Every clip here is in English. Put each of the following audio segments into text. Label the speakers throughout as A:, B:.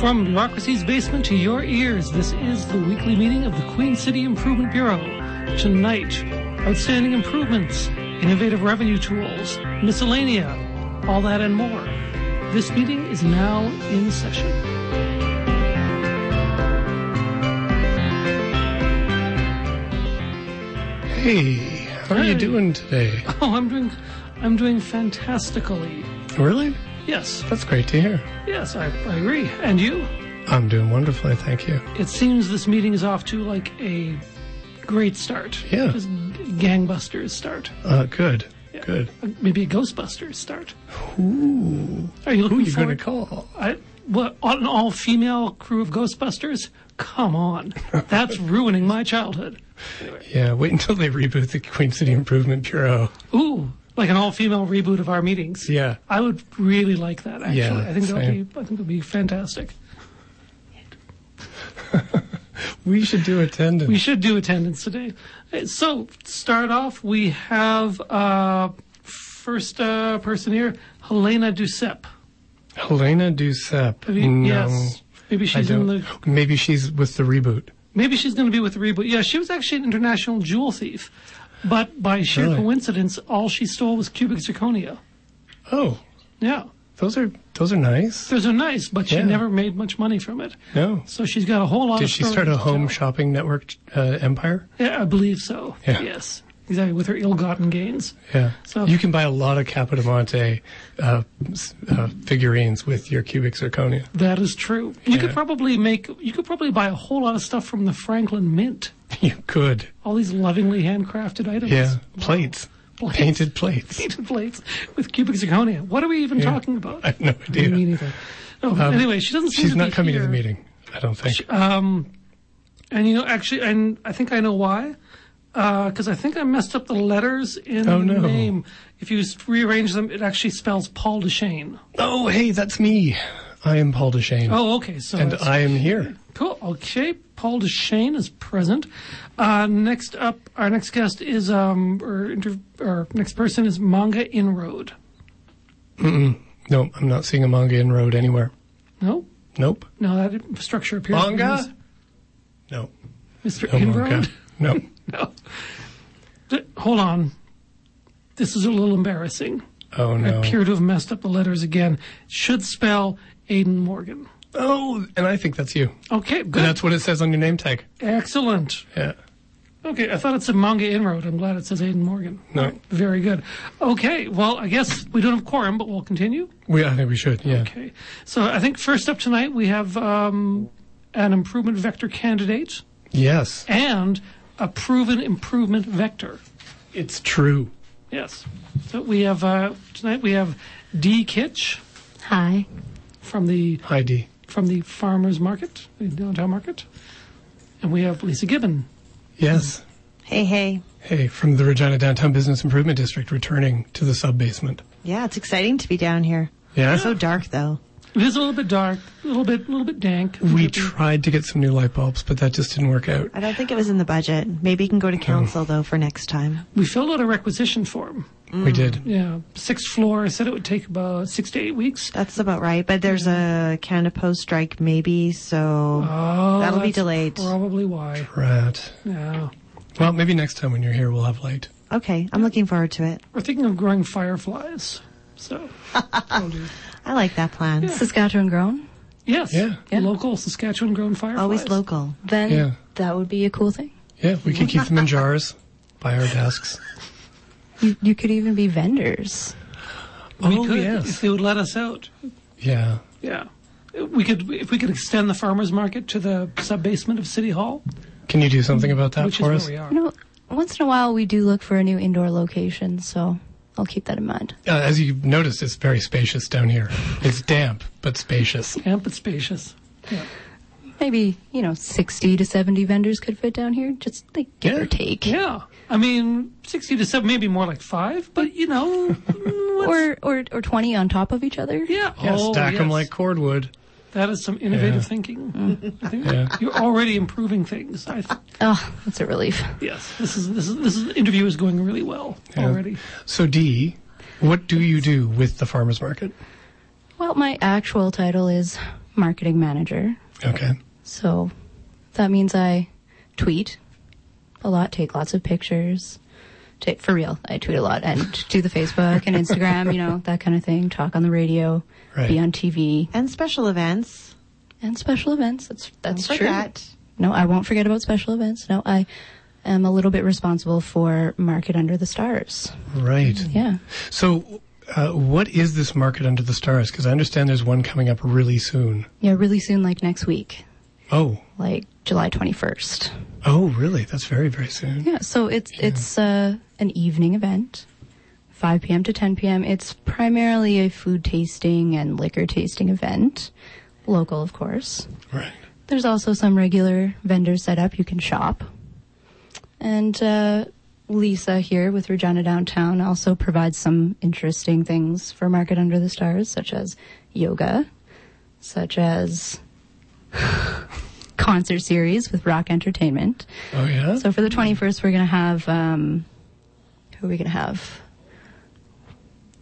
A: From bureaucracy's basement to your ears, this is the weekly meeting of the Queen City Improvement Bureau. Tonight, outstanding improvements, innovative revenue tools, miscellanea, all that and more. This meeting is now in session.
B: Hey, how are
A: Hey.
B: you doing today?
A: Oh, I'm doing, I'm doing fantastically.
B: Really?
A: Yes,
B: That's great to hear.
A: yes, I, I agree. And you?
B: I'm doing wonderfully, thank you.
A: It seems this meeting is off to like a great start.
B: Yeah.
A: Just gangbusters start.
B: Uh, good, good.
A: Maybe a Ghostbusters start.
B: Ooh,
A: Are you looking
B: who are you
A: forward?
B: going to call?
A: I, what an all-female crew of Ghostbusters? Come on, that's ruining my childhood.
B: Yeah, wait until they reboot the Queen City Improvement Bureau.
A: Ooh, like an all-female reboot of our meetings.
B: Yeah.
A: I would really like that. Actually,
B: Yeah,
A: I think that
B: same.
A: would be. I think that'd be fantastic.
B: We should do
A: We
B: attendance.
A: should do attendance today. Uh, So to start off, we have uh, first uh, person here, Helena Duceppe.
B: Helena Duceppe.
A: Have you-
B: no,
A: Uh, Yes. Maybe
B: I
A: she's in
B: don't.
A: the.
B: Maybe she's with the reboot.
A: Maybe she's going to be with the reboot. Yeah, she was actually an international jewel thief, but by sheer
B: Really?
A: coincidence, all she stole was cubic zirconia.
B: Oh,
A: Yeah,
B: those are those are nice.
A: those are nice, but she
B: Yeah.
A: never made much money from it.
B: No,
A: So she's got a whole lot.
B: did
A: of
B: she
A: stories
B: start a
A: to
B: home
A: tell.
B: shopping network uh, empire?
A: Yeah, I believe so.
B: Yeah.
A: Yes, exactly. With her ill-gotten gains.
B: Yeah.
A: So-
B: you can buy a lot of Capodimonte uh, s- uh, figurines with your cubic zirconia.
A: That is true. You could
B: Yeah.
A: probably make. You could probably buy a whole lot of stuff from the Franklin Mint.
B: You could.
A: All these lovingly handcrafted items.
B: Yeah. Plates.
A: Plates.
B: Painted plates.
A: Painted plates with cubic zirconia. What are we even talking about?
B: I have no idea. Um,
A: mean anything. No, but anyway, she doesn't. Seem
B: She's
A: to
B: not
A: be
B: coming to
A: here.
B: the meeting. I don't think.
A: Um, and you know, actually, and I think I know why. Because I think I messed up the letters in
B: Oh,
A: the
B: no.
A: name. If you s- rearrange them, it actually spells Paul Deshane.
B: oh, hey, that's me. I am Paul Deshane.
A: Oh, okay. So
B: and uh,
A: that's-
B: I am here.
A: cool. Okay, Paul Deshane is present. Uh, next up, our next guest is um, or inter- our next person is Manga Inroad.
B: No, I'm not seeing a manga in road anywhere.
A: No,
B: Nope.
A: no, that structure appears. to be
B: Manga? No.
A: mis- Mr.
B: No
A: Inroad.
B: manga. No.
A: No. Th- Hold on. This is a little embarrassing.
B: Oh
A: I
B: no.
A: appear to have messed up the letters again. Should spell Aiden Morgan.
B: Oh, and I think that's you.
A: Okay,
B: And
A: good.
B: that's what it says on your name tag.
A: Excellent.
B: Yeah.
A: Okay, I thought it said Manga Inroad. I'm glad it says Aiden Morgan.
B: No.
A: Very good. Okay, well, I guess we don't have quorum, but we'll continue.
B: We. I think we should. Yeah.
A: Okay. So I think first up tonight we have um, an improvement vector candidate
B: Yes.
A: and a proven improvement vector.
B: It's true.
A: Yes. So we have uh, tonight we have D Kitch
C: Hi.
A: from the
B: Heidi.
A: from the farmers market, the downtown market, and we have Lisa Gibbon.
B: Yes.
C: Hey, hey.
B: Hey, from the Regina Downtown Business Improvement District, returning to the sub basement.
C: Yeah, it's exciting to be down here.
B: Yeah.
C: So dark though.
A: It is a little bit dark, a little bit, a little bit dank.
B: we tried to get some new light bulbs, but that just didn't work out.
C: I don't think it was in the budget. Maybe you can go to council though for next time.
A: we filled out a requisition form.
B: We did.
A: Yeah, sixth floor said it would take about six to eight weeks.
C: That's about right. But there's a Canada Post strike maybe, so
A: Oh,
C: That'll be
A: that's
C: delayed.
A: Probably why.
B: Right.
A: Yeah,
B: Well, maybe next time when you're here, we'll have light.
A: Uh,
C: okay. I'm looking forward to it.
A: we're thinking of growing fireflies. So, I'll do-
C: I like that plan.
D: Saskatchewan grown,
A: yes,
B: Yeah.
A: local Saskatchewan-grown fireflies.
C: Always local.
D: then
B: Yeah.
D: that would be a cool thing.
B: Yeah, we could keep them in jars by our desks.
D: You, you could even be vendors.
A: We
B: oh,
A: could if
B: yes.
A: they would let us out.
B: Yeah.
A: Yeah. We could, if we could extend the farmers market to the sub basement of City Hall,
B: Can you do something about that
A: which is
B: for
A: where
B: us?
A: we are.
D: You know, once in a while we do look for a new indoor location, so I'll keep that in mind.
B: Uh, as you noticed, it's very spacious down here. It's damp, but spacious.
A: Camp, it's spacious. Yeah.
D: maybe you know 60 to 70 vendors could fit down here just like give or take
A: Yeah. I mean, 60 to 7, maybe more like 5, but you know. mm, what's-
D: or or or 20 on top of each other
A: yeah.
B: Yeah,
A: oh,
B: stack them
A: yes.
B: like cordwood.
A: That is some innovative
B: Yeah.
C: Mm.
A: thinking. I think
B: Yeah.
A: you're already improving things. I th-
D: oh that's a relief
A: yes, this is this is this is, the interview is going really well
B: Yeah.
A: already.
B: So, D, what do you do with the farmers market?
D: well my actual title is marketing manager
B: Okay.
D: so that means i tweet a lot take lots of pictures take, for real i tweet a lot and do the facebook and instagram you know that kind of thing talk on the radio
B: Right.
D: be on tv
C: And special events.
D: and special events that's that's
C: Don't
D: true
C: forget.
D: No, I won't forget about special events. No, I am a little bit responsible for Market Under the Stars.
B: Right.
D: Yeah.
B: So, uh, what is this market under the stars? Because I understand there's one coming up really soon.
D: Yeah, really soon, like next week,
B: Oh,
D: like July 21st.
B: oh, really? That's very, very soon.
D: Yeah, so it's, it's, uh, an evening event, 5 p.m. to 10 p.m. It's primarily a food tasting and liquor tasting event. Local, of course.
B: Right.
D: There's also some regular vendors set up. You can shop. And uh, Lisa here with Regina Downtown also provides some interesting things for Market Under the Stars, such as yoga, such as concert series with rock entertainment.
B: Oh, yeah.
D: So for the 21st, we're going to have. Um, who are we going to have?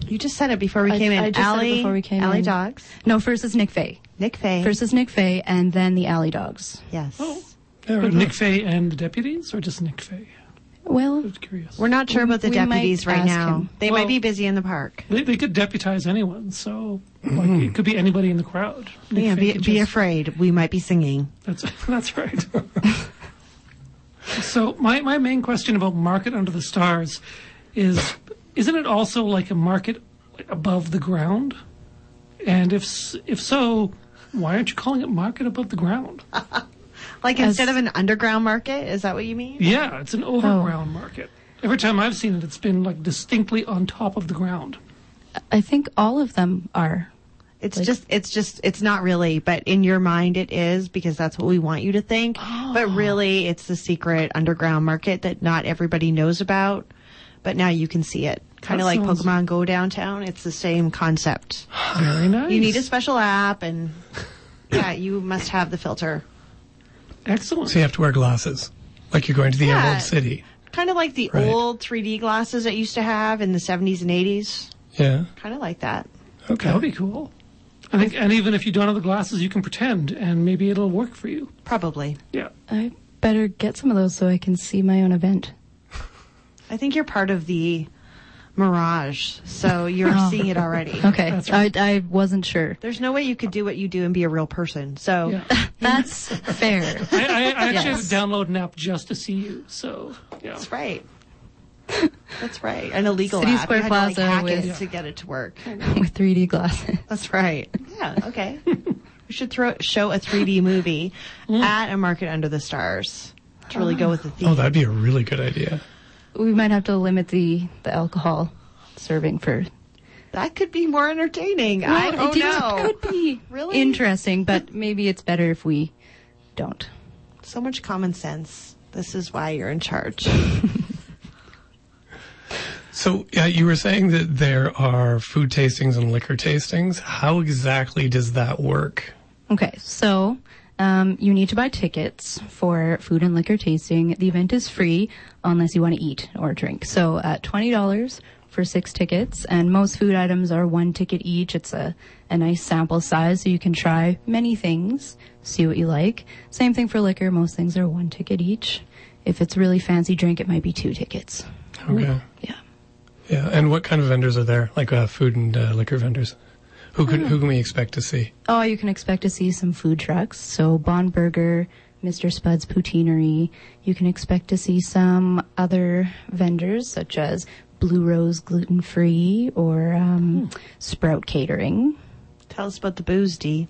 C: You just said it before we
D: I-
C: came in.
D: I just said it
C: Allie,
D: before we came
C: Allie
D: in.
C: Dogs.
D: No, first is Nick Faye.
C: Nick Faye.
D: First is Nick Faye, and then the Alley Dogs.
C: yes.
A: Oh,
B: There we
A: but
B: go.
A: Nick Faye and the deputies, or just Nick Faye?
D: Well,
A: I'm curious.
C: We're not sure about the
D: We might
C: deputies right
D: ask
C: now.
D: him.
C: They
A: Well-
C: might be busy in the park.
A: They, they could deputize anyone, so like,
B: Mm-hmm.
A: it could be anybody in the crowd. Nick
C: yeah,
A: Faye
C: be,
A: could
C: be
A: just-
C: afraid. We might be singing.
A: That's that's right. so my, my main question about market under the stars is isn't it also like a market above the ground? And if s- if so, why aren't you calling it market above the ground?
C: Like
D: As-
C: instead of an underground market, is that what you mean?
A: Yeah, it's an overground
C: Oh.
A: market. Every time I've seen it, it's been like distinctly on top of the ground.
D: I think all of them are.
C: It's just, it's just, it's not really, but in your mind it is because that's what we want you to think.
A: Oh.
C: But really, it's the secret underground market that not everybody knows about, but now you can see it. Kind
A: That
C: of like
A: sounds-
C: Pokemon Go downtown. It's the same concept.
A: Very nice.
C: You need a special app and yeah, you must have the filter.
A: excellent.
B: So you have to wear glasses, like you're going to the
C: Yeah.
B: Emerald City.
C: Kind of like the
B: Right.
C: old 3D glasses that used to have in the 70s and 80s.
B: Yeah.
C: Kind of like that.
B: Okay.
A: That would be cool. I think, and even if you don't have the glasses, you can pretend, and maybe it'll work for you.
C: Probably.
A: Yeah.
D: I better get some of those so I can see my own event.
C: I think you're part of the mirage, so you're
D: Oh.
C: seeing it already.
D: Okay, I, I wasn't sure.
C: There's no way you could do what you do and be a real person. So
A: Yeah.
D: That's fair.
A: I, I, I actually had
D: Yes.
A: to download an app just to see you. So yeah,
C: that's right. That's right. An illegal
D: City
C: app.
D: Square
C: you had to,
D: Plaza
C: like, hack
D: with-
C: it to get it to work.
D: With 3D glasses.
C: That's right. Yeah. Okay. we should throw show a 3D movie at a market under the stars to really
D: Ah.
C: go with the theme.
B: Oh, that'd be a really good idea.
D: We might have to limit the, the alcohol serving for.
C: that could be more entertaining. I
D: Well,
C: don't
D: it
C: know.
D: could be
C: Really?
D: interesting, but maybe it's better if we don't.
C: So much common sense. This is why you're in charge.
B: So uh, you were saying that there are food tastings and liquor tastings. How exactly does that work?
D: Okay, so um, you need to buy tickets for food and liquor tasting. The event is free unless you want to eat or drink. So uh, twenty dollars for six tickets, and most food items are one ticket each. It's a a nice sample size, so you can try many things, see what you like. Same thing for liquor. Most things are one ticket each. If it's really fancy drink, it might be two tickets.
B: Okay.
D: Yeah.
B: Yeah. And what kind of vendors are there? Like uh, food and uh, liquor vendors. Who
C: Hmm.
B: could who can we expect to see?
D: Oh, you can expect to see some food trucks. So Bon Burger, Mr. Spud's Poutineery. You can expect to see some other vendors such as Blue Rose Gluten Free or um, Sprout Catering.
C: Tell us about the booze, D.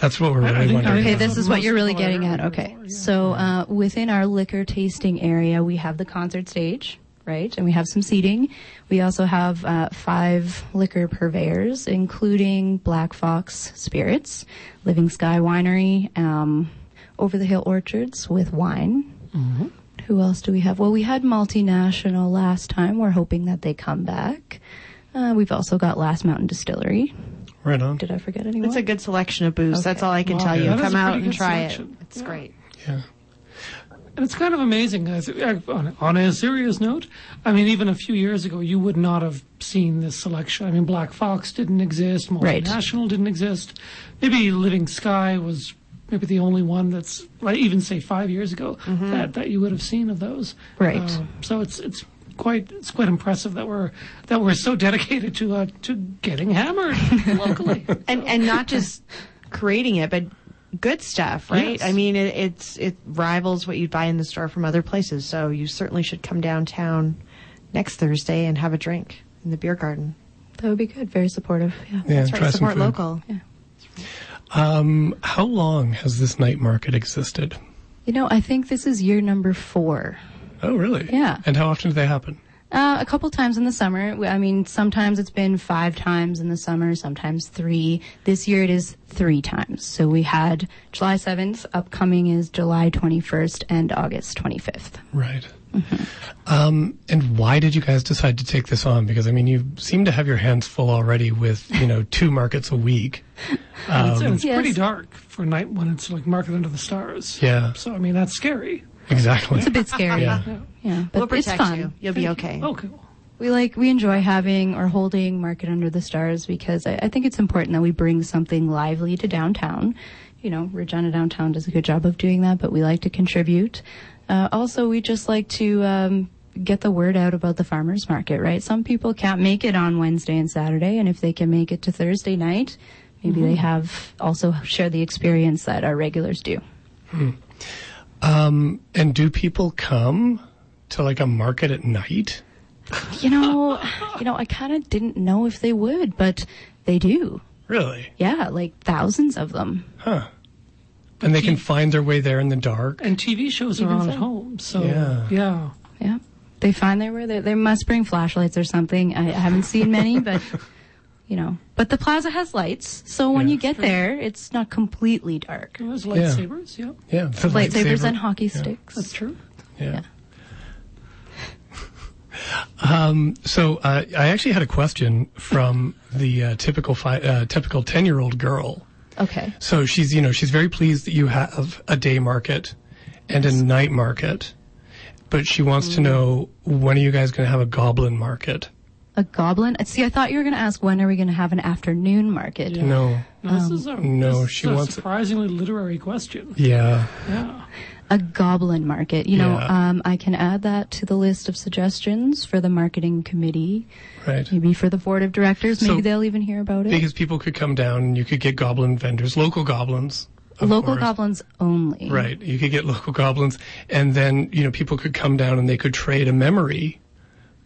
B: That's what we're
A: I think-
B: really
A: I
B: wondering.
A: think
D: Okay,
B: about.
D: this is what you're really getting at.
A: Multiplier.
D: Okay. So uh, within our liquor tasting area, we have the concert stage, right? And we have some seating. We also have uh, five liquor purveyors, including Black Fox Spirits, Living Sky Winery, um, Over the Hill Orchards with wine.
C: Mm-hmm.
D: Who else do we have? Well, we had Multinational last time. We're hoping that they come back. Uh, we've also got Last Mountain Distillery.
B: Right on.
D: Did I forget anyone?
C: It's a good selection of booze. That's
D: Okay.
C: all I can
D: Well,
C: tell you.
A: that is
C: Come
A: a
C: out
A: pretty
C: and
A: good
C: try
A: selection.
C: it. It's great.
B: Yeah.
A: And it's kind of amazing, guys. Uh, On, on a serious note, I mean, even a few years ago, you would not have seen this selection. I mean, Black Fox didn't exist,
D: Right.
A: Multinational didn't exist. Maybe Living Sky was maybe the only one that's, like, even say five years ago, that, that you would have seen of those.
D: Mm-hmm. Right.
A: Uh, so it's it's quite it's quite impressive that we're that we're so dedicated to uh, to getting hammered locally.
C: and and not just creating it, but good stuff, right?
A: Yes.
C: I mean, it, it's it rivals what you'd buy in the store from other places. So you certainly should come downtown next Thursday and have a drink in the beer garden.
D: that would be good. Very supportive. Yeah.
B: Yeah.
C: That's
B: try
C: right.
B: some
C: Support
B: food.
C: local.
B: Um, how long has this night market existed?
D: You know, I think this is year number four.
B: Oh, really?
D: Yeah.
B: And how often do they happen?
D: Uh, a couple times in the summer. We- I mean, sometimes it's been five times in the summer, sometimes three. This year it is three times. So we had July 7th, upcoming is July 21st and August 25th.
B: Right.
D: Mm-hmm.
B: Um, and why did you guys decide to take this on? Because I mean, you seem to have your hands full already with you know two markets a week.
A: And it's,
B: Um,
A: and it's
D: Yes.
A: pretty dark for a night when it's like market under the stars.
B: Yeah.
A: So I mean, that's scary.
B: Exactly.
D: It's a bit scary.
B: Yeah.
D: Yeah, but
C: We'll
D: it's
C: protect
D: fun.
C: you. You'll be okay.
A: Oh, cool.
D: We like we enjoy having or holding Market Under the Stars because I, I think it's important that we bring something lively to downtown. You know, Regina Downtown does a good job of doing that, but we like to contribute. Uh, also, we just like to um, get the word out about the farmers market. Right? Some people can't make it on Wednesday and Saturday, and if they can make it to Thursday night, maybe they have also share the experience that our regulars do.
B: and do people come to like a market at night?
D: You know, you know, I kind of didn't know if they would, but they do.
B: Really?
D: Yeah, like thousands of them.
B: and they can find their way there in the dark.
A: And TV shows are on
D: so.
A: at home, so
B: Yeah.
A: yeah.
D: Yeah. They find their way. They, they must bring flashlights or something. I, I haven't seen many, but you know. But the plaza has lights, so when
B: Yeah.
D: you get there, it's not completely dark.
A: Well, There's lightsabers, yeah.
B: Yeah, the
D: Lightsabers
B: lightsaber.
D: and hockey
B: Yeah,
D: sticks.
A: that's true.
B: Yeah. um, so uh, I actually had a question from the uh, typical fi- uh, typical ten year old girl.
D: Okay.
B: So she's you know she's very pleased that you have a day market and a night market, but she wants to know when are you guys going to have a goblin market?
D: A goblin. See, I thought you were going to ask when are we going to have an afternoon market.
B: No.
A: No, this is a,
B: no,
A: this is
B: she
A: a
B: wants it.
A: surprisingly literary question.
B: Yeah.
A: Yeah.
D: a goblin market. You know,
B: Yeah.
D: um, I can add that to the list of suggestions for the marketing committee,
B: Right.
D: maybe for the board of directors.
B: So-
D: Maybe they'll even hear about it.
B: Because people could come down and you could get goblin vendors, local goblins. of
D: Local
B: course.
D: goblins only.
B: Right. You could get local goblins and then, you know, people could come down and they could trade a memory.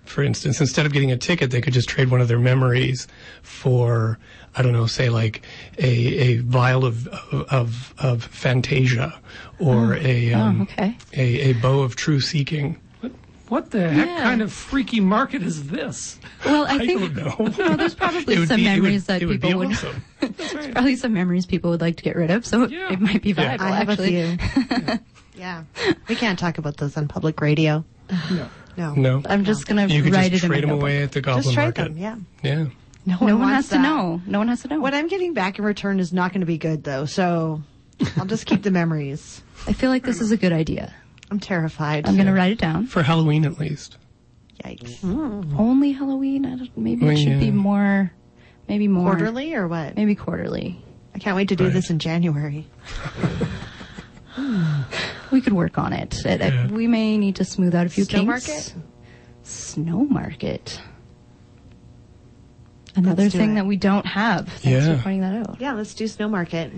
B: For instance, instead of getting a ticket, they could just trade one of their memories for, I don't know, say like a, a vial of, of, of Fantasia or a, um,
D: Oh. okay.
B: a, a bow of true seeking.
A: What, what the heck
D: Yeah.
A: kind of freaky market is this?
D: Well, I,
B: Mm-hmm. I
D: think
B: don't know.
D: No, there's probably
B: It would
D: some
B: be- it would-
D: memories that
B: it would be
D: people would.
B: awesome.
A: That's right.
D: Probably some memories people would like to get rid of, so
A: Yeah.
D: it might be
B: Yeah.
D: viable.
C: I have
D: actually,
C: a few. yeah. We can't talk about those on public radio.
A: No.
C: No.
B: No.
D: I'm just gonna
B: You could
D: write
B: just
D: it in my
B: trade them
D: notebook.
B: away at the goblin
C: Just try
B: market.
C: them. Yeah.
B: Yeah.
C: No,
D: No one has
C: wants
D: to
C: that.
D: know. No one has to know.
C: What I'm getting back in return is not going to be good, though. So I'll just keep the memories.
D: I feel like this is a good idea.
C: I'm terrified.
D: I'm gonna write it down.
B: For Halloween at least.
C: Yikes.
D: Only Halloween. I don't, maybe
B: Well,
D: it should
B: yeah.
D: be more. Maybe more
C: Quarterly or what?
D: Maybe quarterly.
C: I can't wait to do
B: Right.
C: this in January.
D: We could work on it. It- it-
B: Yeah.
D: We may need to smooth out a few
C: Snow
D: kinks.
C: market?
D: Snow market. Another
C: Let's do
D: thing
C: it.
D: that we don't have. Thanks
B: Yeah.
D: for pointing that out.
C: Yeah, let's do snow market.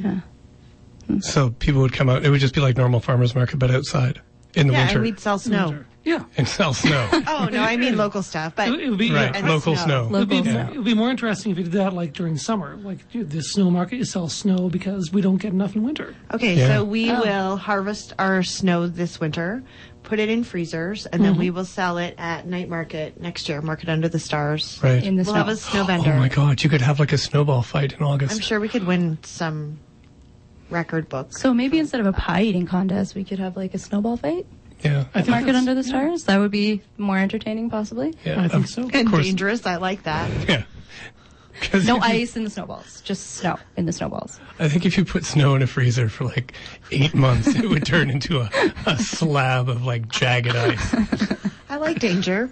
B: So people would come out. It would just be like normal farmers market, but outside in the
C: yeah,
B: winter
C: and we'd sell snow.
A: Yeah.
B: and sell snow.
C: Oh no, I mean local stuff. But
A: It, it would be
B: right,
A: yeah.
C: and
B: local snow.
C: snow.
A: It would be,
D: Local
A: it would be more interesting if you did that like during summer. Like you- the snow market, you sell snow because we don't get enough in winter.
C: okay,
B: Yeah.
C: so we will harvest our snow this winter, put it in freezers, and then we will sell it at night market next year, market under the stars.
B: Right.
D: In the
C: We'll
D: snow.
C: have a snow
B: oh
C: vendor.
B: my God, you could have like a snowball fight in August.
C: I'm sure we could win some record book.
D: So maybe instead of a pie eating contest, we could have like a snowball fight.
B: Yeah. I think
D: Market
B: that's-
D: under the stars. That would be more entertaining, possibly.
B: Yeah.
A: I
B: of-
A: think so.
C: And
B: course.
C: dangerous. I like that.
B: Yeah. 'Cause
D: No
B: if you-
D: ice in the snowballs, just snow in the snowballs.
B: I think if you put snow in a freezer for like eight months, it would turn into a, a slab of like jagged ice.
C: I like danger.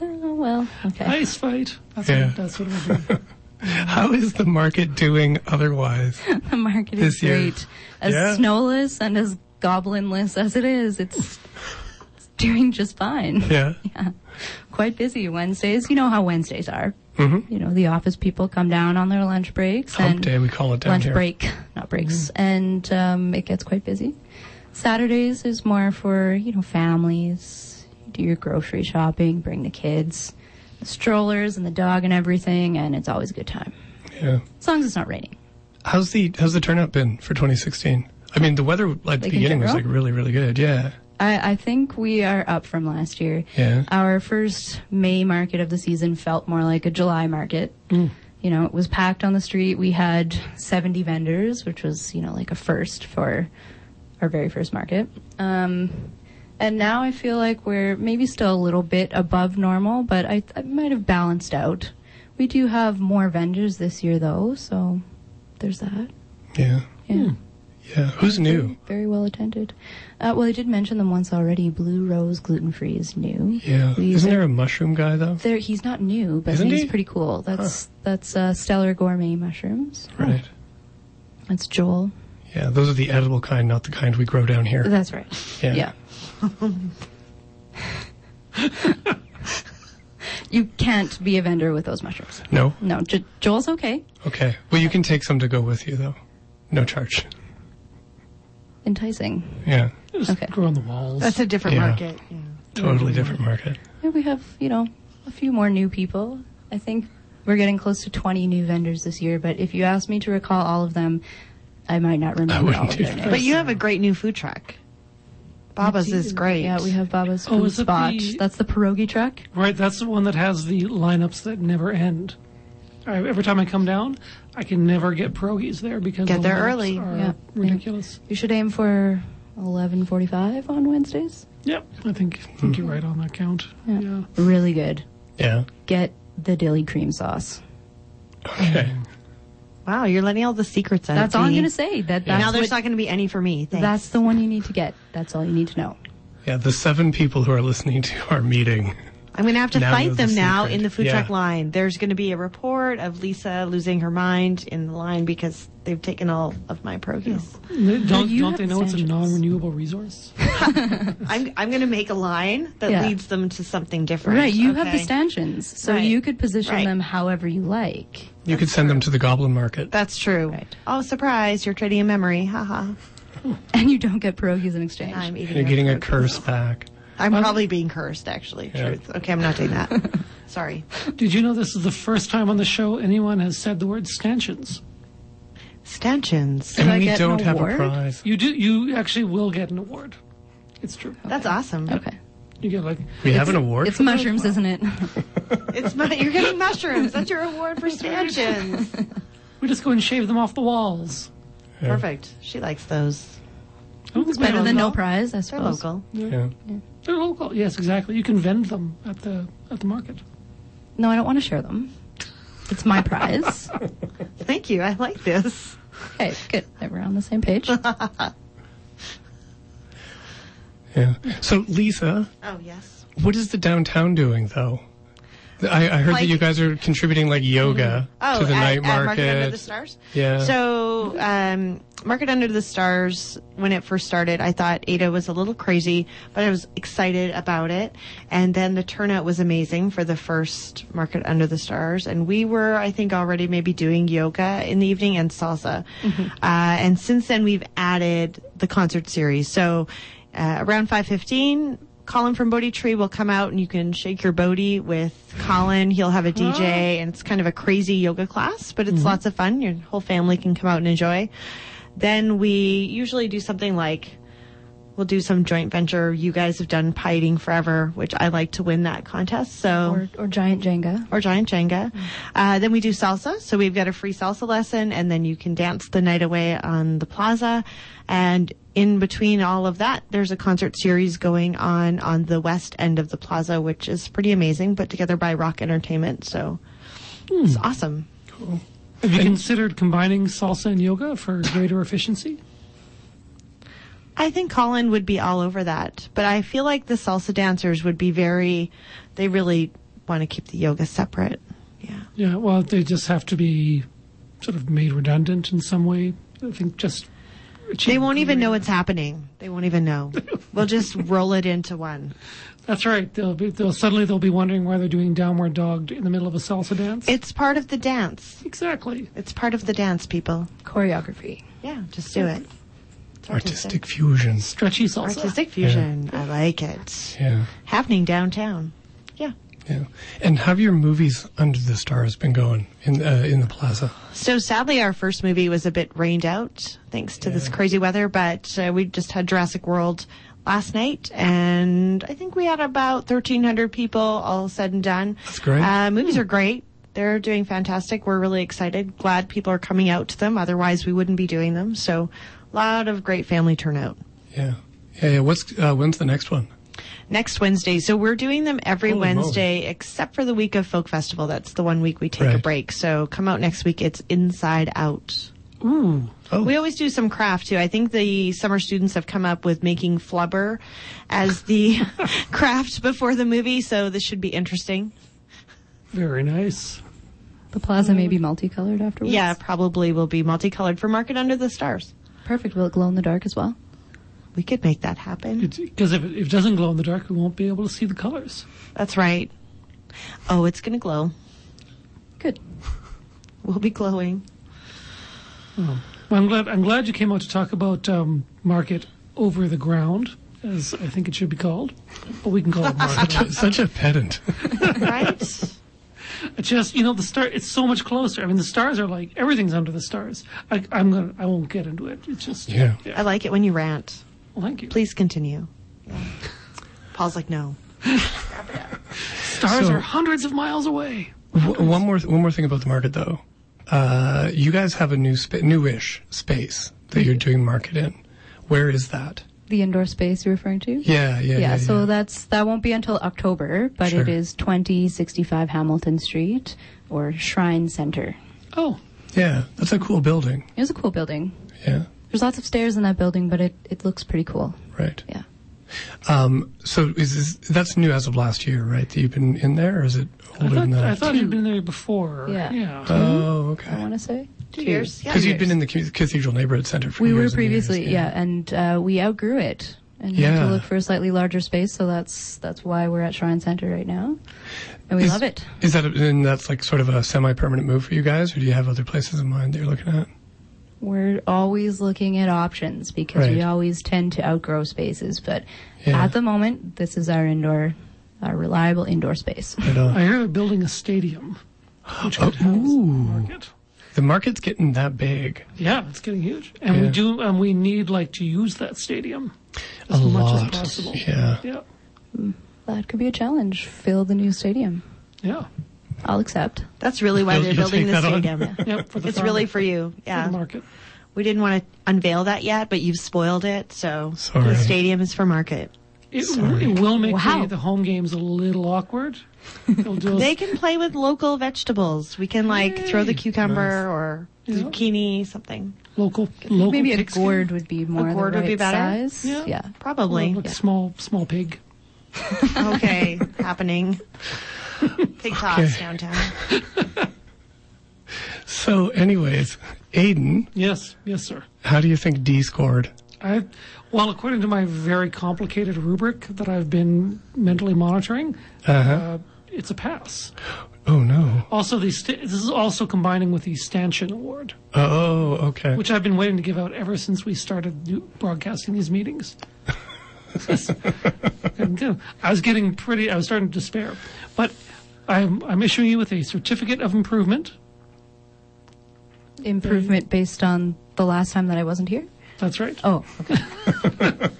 D: Oh well, okay.
A: Ice fight. That's,
B: Yeah.
A: what, that's what it would be.
B: How is the market doing otherwise?
D: the market
B: This
D: is
B: year.
D: great, as
B: Yeah.
D: snowless and as goblinless as it is. It's, it's doing just fine.
B: Yeah.
D: Yeah. Quite busy Wednesdays. You know how Wednesdays are. You know, the office people come down on their lunch breaks
B: Mm-hmm. Hump
D: and
B: day, we call it down
D: lunch
B: here. Mm-hmm.
D: break, not breaks, and um, it gets quite busy. Saturdays is more for you know families. You do your grocery shopping, bring the kids, the strollers, and the dog and everything, and it's always a good time
B: Yeah.
D: as long as it's not raining.
B: How's the how's the turnout been for 2016? I mean, the weather at the
D: in
B: beginning was like
D: general?
B: really really good. Yeah.
D: I, I think we are up from last year.
B: Yeah.
D: Our first May market of the season felt more like a July market. You know, it was packed on the street. We had 70 vendors, which was, you know, like a first for our very first market. Um, and now I feel like we're maybe still a little bit above normal, but I, I might have balanced out. We do have more vendors this year, though, so there's that.
B: Yeah.
D: Yeah.
B: Yeah. Who's new?
D: Very well attended. Uh, well, I did mention them once already. Blue Rose gluten free is new.
B: Yeah.
D: We-
B: Isn't there a mushroom guy though?
D: There, he's not new, but
B: Isn't
D: he's
B: he?
D: pretty cool. That's that's uh, Stellar Gourmet Mushrooms.
B: Right.
D: That's Joel.
B: Yeah. Those are the edible kind, not the kind we grow down here.
D: That's right.
B: Yeah.
D: you can't be a vendor with those mushrooms.
B: No.
D: No, J- Joel's okay.
B: Okay. Well, you can take some to go with you though. No charge.
D: Enticing.
B: Yeah.
A: Just
D: Okay.
A: grow on the walls.
C: That's a different
B: Yeah.
C: market. Yeah.
B: Totally different market.
D: Yeah, we have you know a few more new people. I think we're getting close to 20 new vendors this year. But if you ask me to recall all of them, I might not remember
B: wouldn't
D: all of
B: do
D: their
B: that.
D: names.
C: But you have a great new food truck. Baba's is
D: Ooh,
C: great.
D: Yeah, we have Baba's
A: Oh,
D: food
A: is it
D: spot.
A: the-
D: That's the pierogi truck.
A: Right, that's the one that has the lineups that never end. I, every time I come down, I can never get pierogies there because
C: Get
A: the
C: there
A: lineups
C: early,
A: Are
D: yeah.
A: ridiculous.
D: You should aim for 11:45 on Wednesdays.
A: Yep, I think I think you're right on that count. Yeah.
D: Really good.
B: Yeah.
D: Get the dilly cream sauce.
B: Okay.
D: Mm.
C: Wow, you're letting all the secrets out.
D: That's
C: of
D: all I'm
C: me.
D: gonna say. That that's
C: Now there's
D: what-
C: not going to be any for me. Thanks.
D: that's the one you need to get. That's all you need to know.
B: Yeah. The seven people who are listening to our meeting.
C: I'm going to have to
B: Now
C: fight
B: you're the
C: them now
B: secret.
C: in the food
B: Yeah.
C: truck line. There's going to be a report of Lisa losing her mind in the line because they've taken all of my pierogies.
A: They- Don't
D: you
A: don't
D: have
A: they know it's a
D: standards.
A: non-renewable resource?
C: I'm I'm going to make a line that
D: Yeah.
C: leads them to something different.
D: Right. You have the
C: okay?
D: stanchions, so
C: Right.
D: you could position
C: Right.
D: them however you like.
B: You could send them to the goblin market.
C: That's true.
D: Right.
C: Oh, surprise! You're trading a memory. Haha.
D: And you don't get pierogies in exchange.
C: I'm eating.
B: You're
C: your
B: getting a
C: pierogies.
B: curse back.
C: I'm probably being cursed, actually.
B: Yeah.
C: Truth. Okay, I'm not doing that. Sorry.
A: Did you know this is the first time on the show anyone has said the word stanchions?
C: Stanchions.
B: and
D: I
B: we
D: get an
B: don't have a
D: award?
B: prize.
A: You do you actually will get an award. It's true.
C: That's awesome.
D: okay.
A: You get like
B: We have an award.
D: It's
B: for that?
D: mushrooms, isn't it?
C: It's mu- you're getting mushrooms. That's your reward for stanchions.
A: we just go and shave them off the walls.
B: Yeah.
C: Perfect. She likes those.
A: It's
D: Better than no prize, I
C: They're
D: suppose.
C: local.
B: Yeah.
A: They're local. Yes, exactly. You can vend them at the at the market.
D: No, I don't want to share them. It's my prize.
C: Thank you. I like this.
D: okay, good. Then We're on the same page.
B: Yeah. So, Lisa,
C: Oh yes.
B: what is the downtown doing, though? I, I heard that
C: Like-
B: you guys are contributing like yoga
C: Oh,
B: to the
C: at,
B: night
C: at
B: market.
C: Under the Stars.
B: Yeah.
C: So, um, Market Under the Stars, when it first started, I thought Ada was a little crazy, but I was excited about it. And then the turnout was amazing for the first Market Under the Stars, and we were, I think, already maybe doing yoga in the evening and salsa. Uh, and since then, we've added the concert series. So, uh, around five fifteen. Colin from Bodhi Tree will come out and you can shake your Bodhi with Colin. He'll have a DJ and it's kind of a crazy yoga class, but it's lots of fun. Your whole family can come out and enjoy. Then we usually do something like we'll do some joint venture. You guys have done pie eating forever, which I like to win that contest. So
D: or, or giant Jenga.
C: or giant Jenga. Uh, then we do salsa. So we've got a free salsa lesson, and then you can dance the night away on the plaza. And in between all of that, there's a concert series going on on the west end of the plaza, which is pretty amazing, put together by Rock Entertainment. So it's awesome.
A: Have you considered combining salsa and yoga for greater efficiency?
C: I think Colin would be all over that, but I feel like the salsa dancers would be very, they really want to keep the yoga separate. Yeah.
A: Yeah, well, they just have to be sort of made redundant in some way. I think just. achieve
C: They won't even know it's happening. They won't even know. we'll just roll it into one.
A: That's right. They'll be, they'll suddenly they'll be wondering why they're doing downward dog in the middle of a salsa dance.
C: It's part of the dance.
A: exactly.
C: It's part of the dance, people.
D: Choreography.
C: Yeah, just do it. It's
B: Artistic fusions.
A: Stretchy salsa.
C: Artistic fusion. I like it.
B: Yeah,
C: Happening downtown. Yeah.
B: yeah. And how have your movies under the stars been going in uh, in the plaza?
C: So sadly, our first movie was a bit rained out thanks to this crazy weather, but uh, we just had Jurassic World last night, and I think we had about 1,300 people all said and done.
B: That's great.
C: Uh, movies are great. They're doing fantastic. We're really excited. Glad people are coming out to them. Otherwise, we wouldn't be doing them. So, a lot of great family turnout.
B: Yeah, yeah. yeah. What's uh, when's the next one?
C: next Wednesday. So we're doing them every
B: Holy moly.
C: Wednesday except for the week of Folk Festival. That's the one week we take a
B: Right.
C: break. So come out next week. It's Inside Out.
A: Ooh.
B: Oh.
C: We always do some craft too. I think the summer students have come up with making flubber as the craft before the movie, so this should be interesting.
A: Very nice.
D: The plaza may be multicolored afterwards.
C: Yeah, probably will be multicolored for Market Under the Stars.
D: Perfect. Will it glow in the dark as well?
C: We could make that happen.
A: Because if, it- if it doesn't glow in the dark, we won't be able to see the colors.
C: That's right. Oh, it's going to glow.
D: Good.
C: We'll be glowing.
A: Well, I'm glad I'm glad you came out to talk about um, market over the ground, as I think it should be called, but we can call it market.
B: Such a pedant.
C: Right?
A: It's just you know the star. It's so much closer. I mean, the stars are like everything's under the stars. I, I'm gonna. I won't get into it. It's just
B: Yeah.
C: I like it when you rant.
A: Well, thank you.
C: Please continue. Paul's like, no.
A: stars
B: So-
A: are hundreds of miles away.
B: W- one more one more thing about the market though. Uh, you guys have a new spa- newish space that you're doing market in. Where is that?
D: The indoor space you're referring to?
B: Yeah, yeah, yeah.
D: yeah, so that's that won't be until October, but
B: Sure.
D: it is 2065 Hamilton Street or Shrine Center.
A: Oh,
B: yeah, that's a cool building.
D: It was a cool building.
B: Yeah,
D: There's lots of stairs in that building, but it, it looks pretty cool.
B: right.
D: Yeah.
B: Um, so is this, that's new as of last year, right? That you've been in there, or is it
A: I
B: older
A: thought,
B: than that?
A: I thought you'd been there before.
D: Yeah.
B: oh,
D: I want
B: okay.
D: to say.
C: Two years. Yeah.
B: Because you'd been in the Cathe- Cathedral Neighborhood Center for
D: We were
B: years and years,
D: previously, yeah. and uh, we outgrew it and had
B: Yeah.
D: to look for a slightly larger space. So that's that's why we're at Shrine Center right now, and we
B: Is-
D: love it.
B: Is that a, and that's like sort of a semi-permanent move for you guys, or do you have other places in mind that you're looking at?
D: We're always looking at options because we
B: Right.
D: always tend to outgrow spaces. But
B: Yeah.
D: at the moment, this is our indoor, our reliable indoor space.
B: Right on.
A: I hear they're building a stadium. Which could house the market.
B: The market's getting that big.
A: Yeah, it's getting huge, and we
B: Yeah.
A: do, and we need like to use that stadium as
B: A
A: much
B: lot.
A: as possible.
B: Yeah.
A: yeah,
D: that could be a challenge. Fill the new stadium.
A: yeah.
D: I'll accept.
C: That's really why
B: You'll-
C: they're
B: you'll
C: building
B: take
C: the
B: that on?
C: stadium.
A: yeah for the
C: It's really
A: farmer,
C: for you.
A: the
C: Yeah.
A: market.
C: We didn't want to unveil that yet, but you've spoiled it. So
B: Sorry.
C: the stadium is for market.
A: It,
B: Sorry.
A: it will make
D: Wow.
A: the, the home games a little awkward. It'll do us-
C: They can play with local vegetables. We can like throw the cucumber or zucchini, something.
A: local, local
D: Maybe a
A: pigskin.
D: gourd would be more
C: gourd
D: the
C: would be
D: right
C: better?
D: size.
A: Yeah.
C: Probably.
A: Like small, small pig.
C: okay. Happening. Pig toss downtown.
B: So, anyways, Aiden,
A: Yes, yes, sir.
B: how do you think D scored?
A: I, well, according to my very complicated rubric that I've been mentally monitoring,
B: Uh-huh.
A: uh, it's a pass.
B: Oh no.
A: Also, the sta this is also combining with the stanchion award,
B: Oh, okay.
A: which I've been waiting to give out ever since we started do- broadcasting these meetings. And, you know, I was getting pretty. I was starting to despair, but I'm I'm issuing you with a certificate of improvement.
D: Improvement based on the last time that I wasn't here.
A: That's right.
D: Oh, okay.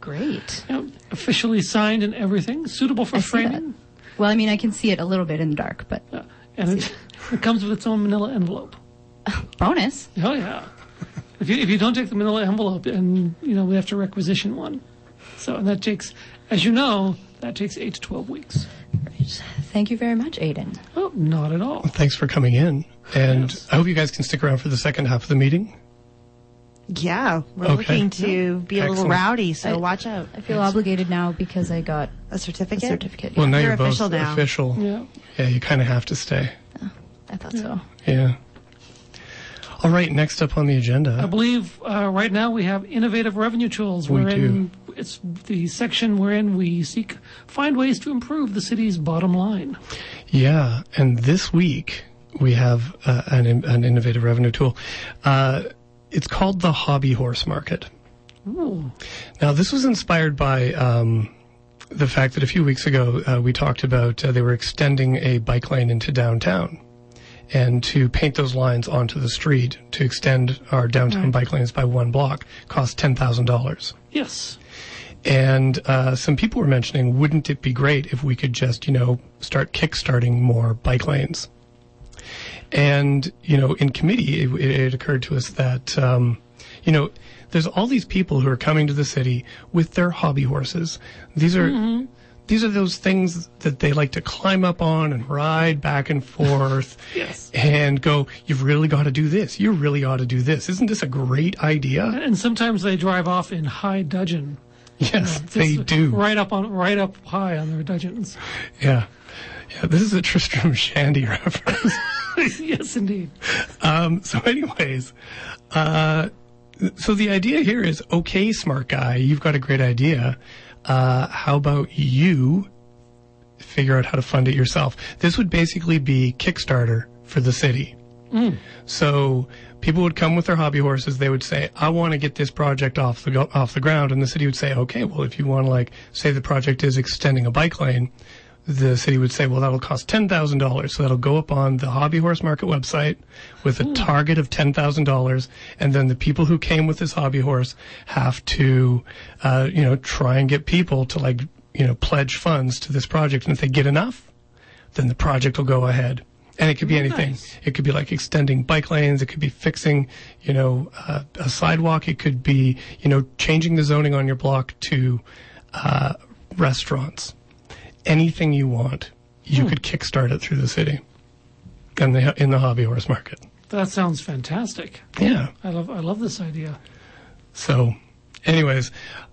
D: great.
A: you know, officially signed and everything, suitable for
D: I see that.
A: framing.
D: Well, I mean, I can see it a little bit in the dark, but
A: Yeah. And it, it comes with its own manila envelope.
D: bonus.
A: Oh yeah. If you if you don't take the manila envelope, and you know we have to requisition one, so and that takes, as you know, that takes eight to twelve weeks.
D: Thank you very much, Aiden.
A: Oh, not at all.
B: Thanks for coming in. And
A: Yes.
B: I hope you guys can stick around for the second half of the meeting.
C: Yeah, we're
B: Okay.
C: looking to be a little
B: Excellent.
C: rowdy, so
D: I-
C: watch out.
D: I feel obligated now because I got
C: A
D: a
C: certificate?
D: certificate.
B: Well, now
C: You're
B: you're, both
C: official now.
B: official.
A: Yeah.
B: Yeah, you kind of have to stay.
D: I thought so.
B: Yeah. All right, next up on the
A: I
B: agenda.
A: believe uh, right now we have innovative revenue tools.
B: We
A: wherein It's the section wherein we seek find ways to improve the city's bottom line.
B: Yeah, and this week we have uh, an, an innovative revenue tool. Uh, it's called the Hobby Horse Market.
A: Ooh.
B: Now, this was inspired by um, the fact that a few weeks ago uh, we talked about uh, they were extending a bike lane into downtown. And to paint those lines onto the street to extend our downtown bike lanes by one block cost ten thousand dollars.
A: Yes.
B: And uh, some people were mentioning, wouldn't it be great if we could just, you know, start kickstarting more bike lanes? And you know, in committee, it, it occurred to us that um, you know, there's all these people who are coming to the city with their hobby horses. These are these are those things that they like to climb up on and ride back and forth.
A: Yes.
B: And go, you've really got to do this. You really ought to do this. Isn't this a great idea?
A: And sometimes they drive off in high dudgeon.
B: Yes,
A: Just
B: they do.
A: Right up on, right up high on their dudgeons.
B: Yeah. Yeah, this is a Tristram Shandy reference.
A: yes, indeed.
B: um, so anyways, uh, so the idea here is, okay, smart guy, you've got a great idea. Uh, how about you figure out how to fund it yourself? This would basically be Kickstarter for the city. So people would come with their hobby horses. They would say, "I want to get this project off the go- off the ground," and the city would say, "Okay, well, if you want to like say the project is extending a bike lane." The city would say, well, that'll cost $10,000. So that'll go up on the Hobby Horse Market website with a target of $10,000. And then the people who came with this hobby horse have to, uh, you know, try and get people to like, you know, pledge funds to this project. And if they get enough, then the project will go ahead. And it could be anything.
A: nice.
B: It could be like extending bike lanes. It could be fixing, you know, uh, a sidewalk. It could be, you know, changing the zoning on your block to uh, restaurants. Anything you want, you could kickstart it through the city, and the in the hobby horse market.
A: That sounds fantastic.
B: Yeah.
A: I love, I love this idea.
B: So, anyways,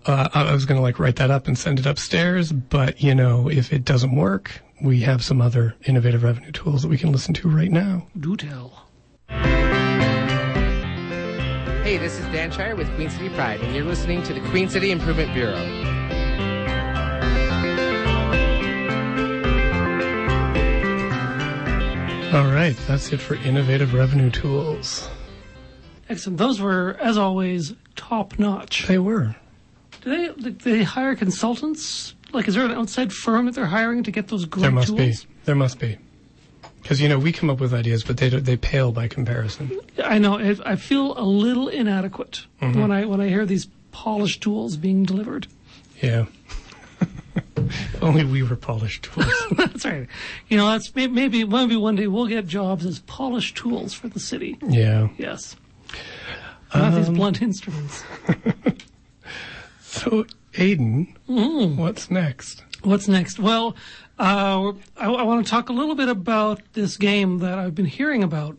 B: uh, I I was going to like write that up and send it upstairs, but you know, if it doesn't work, we have some other innovative revenue tools that we can listen to right now.
A: Do tell.
E: Hey, this is Dan Shire with Queen City Pride, and you're listening to the Queen City Improvement Bureau.
B: All right, that's it for innovative revenue tools.
A: Excellent. Those were, as always, top notch.
B: They were.
A: Do they, do they hire consultants? Like, is there an outside firm that they're hiring to get those great
B: There must
A: tools?
B: be. There must be. Because you know we come up with ideas, but they don't- they pale by comparison.
A: I know. It, I feel a little inadequate when I when I hear these polished tools being delivered.
B: Yeah. if only we were polished tools.
A: that's right. You know, that's may- maybe maybe one day we'll get jobs as polished tools for the city.
B: yeah.
A: Yes. Not these blunt instruments.
B: So Aiden, what's next?
A: What's next? Well, uh, I, I want to talk a little bit about this game that I've been hearing about.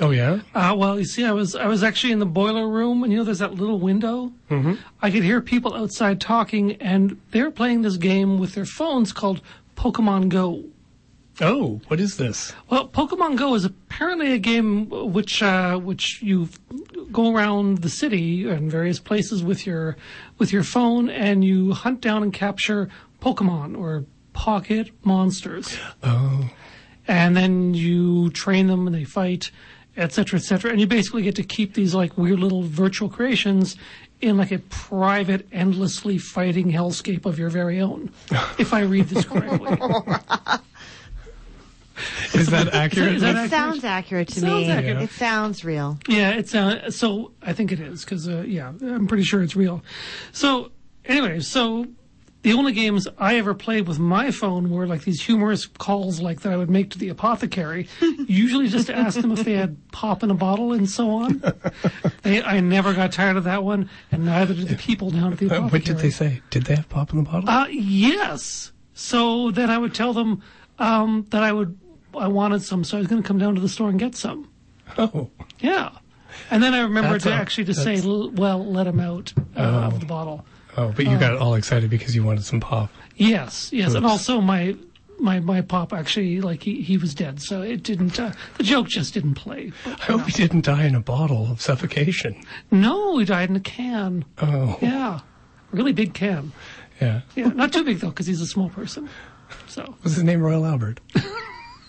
B: Oh yeah.
A: Uh, well, you see, I was I was actually in the boiler room, and you know, there's that little window. Mm-hmm. I could hear people outside talking, and they're playing this game with their phones called Pokemon Go.
B: Oh, what is this?
A: Well, Pokemon Go is apparently a game which uh, which you go around the city and various places with your with your phone, and you hunt down and capture Pokemon or pocket monsters,
B: Oh.
A: and then you train them and they fight, etc., cetera, etc. And you basically get to keep these like weird little virtual creations in like a private, endlessly fighting hellscape of your very own. if I read this correctly.
B: Is that accurate?
A: Is that
C: It
A: accurate?
C: sounds accurate to
A: Sounds
C: me.
A: accurate.
C: It sounds real.
A: Yeah, it's uh, so I think it is because uh, yeah, I'm pretty sure it's real. So Anyway, so the only games I ever played with my phone were like these humorous calls like that I would make to the apothecary, usually just to ask them if they had pop in a bottle and so on. They, I never got tired of that one, and neither did the people down at the
B: Uh,
A: apothecary.
B: what did they say? Did they have pop in the bottle?
A: Uh, yes. So then I would tell them um, that I would I wanted some, so I was going to come down to the store and get some.
B: oh,
A: Yeah. And then I remembered
B: That's
A: to
B: a-
A: actually to say,
B: that's-
A: "L- well, let him out uh, of the bottle.
B: oh, but you got all excited because you wanted some pop.
A: Yes, yes. And
B: Oops.
A: also my my my pop actually like he, he was dead, so it didn't uh, the joke just didn't play. But,
B: I hope you didn't die in a bottle of suffocation.
A: no, he died in a can.
B: Oh, yeah.
A: Yeah. Really big can. Yeah, not too big though cuz he's a small person. So,
B: Was his name Royal Albert?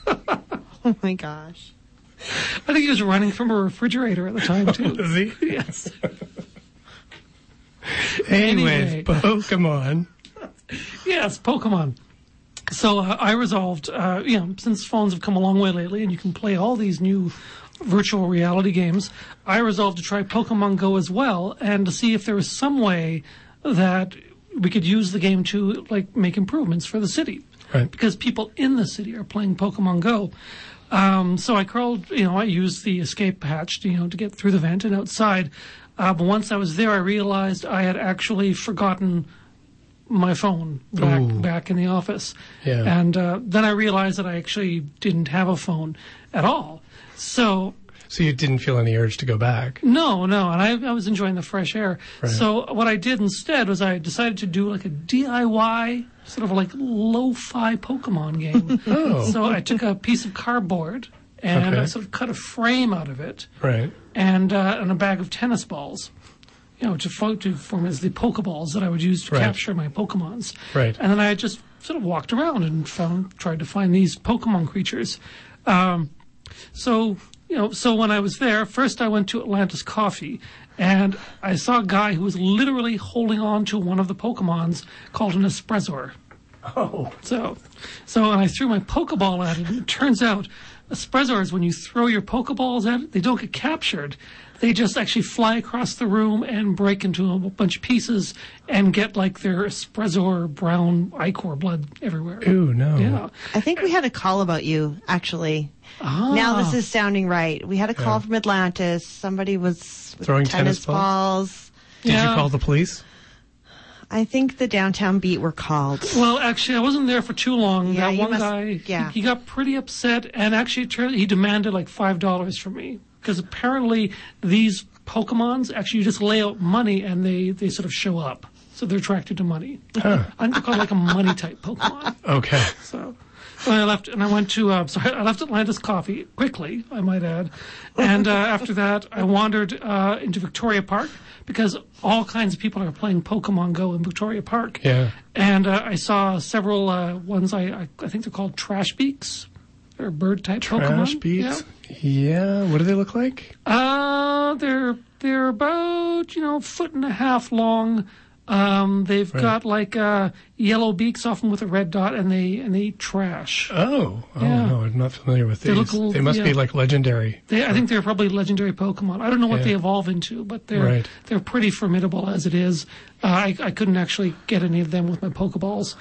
C: Oh my gosh.
A: I think he was running from a refrigerator at the time too.
B: Was he?
A: yes.
B: Anyways,
A: Anyway.
B: oh, Pokemon.
A: Yes, Pokemon. So uh, I resolved, uh, you know, since phones have come a long way lately and you can play all these new virtual reality games, I resolved to try Pokemon Go as well and to see if there was some way that we could use the game to like make improvements for the city.
B: Right.
A: Because people in the city are playing Pokemon Go. Um, so I crawled, you know, I used the escape hatch, to, you know, to get through the vent and outside. Uh, but once I was there, I realized I had actually forgotten my phone back
B: Ooh.
A: back in the office.
B: Yeah.
A: And uh, then I realized that I actually didn't have a phone at all. So
B: So you didn't feel any urge to go back.
A: no, no, and I, I was enjoying the fresh air.
B: Right.
A: So what I did instead was I decided to do like a DIY sort of like lo-fi Pokemon game.
B: Oh.
A: So I took a piece of cardboard and I
B: Okay.
A: sort of cut a frame out of it
B: Right.
A: and uh, and a bag of tennis balls. You know, to, fo- to form as the Pokeballs that I would use to
B: Right.
A: capture my Pokemons.
B: Right.
A: And then I just sort of walked around and found, tried to find these Pokemon creatures. Um, so you know, so when I was there, first I went to Atlantis Coffee, and I saw a guy who was literally holding on to one of the Pokemons called an Espressor.
B: Oh.
A: So, so and I threw my Pokeball at it. And it turns out, espressors, when you throw your Pokeballs at it, they don't get captured. They just actually fly across the room and break into a bunch of pieces and get like their espressor brown ichor blood everywhere.
B: Ooh, no.
A: Yeah.
C: I think we had a call about you, actually. Now this is sounding right. We had a call from Atlantis. Somebody was with
B: Throwing
C: tennis,
B: tennis
C: balls.
B: Did
A: Yeah.
B: you call the police?
C: I think the downtown beat were called.
A: Well, actually, I wasn't there for too long.
C: Yeah,
A: that
C: you
A: one
C: must-
A: guy,
C: yeah.
A: he, he got pretty upset, and actually, it turned, he demanded like five dollars from me because apparently these Pokemon's actually you just lay out money and they they sort of show up, so they're attracted to money. I'm called like a money type Pokemon.
B: Okay.
A: So, so I left and I went to, uh, sorry, I left Atlantis Coffee quickly, I might add. And uh, after that, I wandered uh, into Victoria Park because all kinds of people are playing Pokemon Go in Victoria Park.
B: Yeah.
A: And uh, I saw several uh, ones, I, I, I think they're called Trash Beaks. Or bird type
B: Crash
A: Pokemon.
B: beats. Yeah. What do they look like?
A: Yeah. Uh, they're they're about you know foot and a half long. Um, they've got like uh, yellow beaks, often with a red dot, and they and they eat trash.
B: Oh. Oh
A: Yeah.
B: no, I'm not familiar with
A: They look
B: these.
A: l-
B: they must
A: yeah.
B: be like legendary.
A: They, I think they're probably legendary Pokemon. I don't know what
B: Yeah.
A: they evolve into, but they're
B: Right.
A: they're pretty formidable as it is. Uh, I I couldn't actually get any of them with my Pokeballs,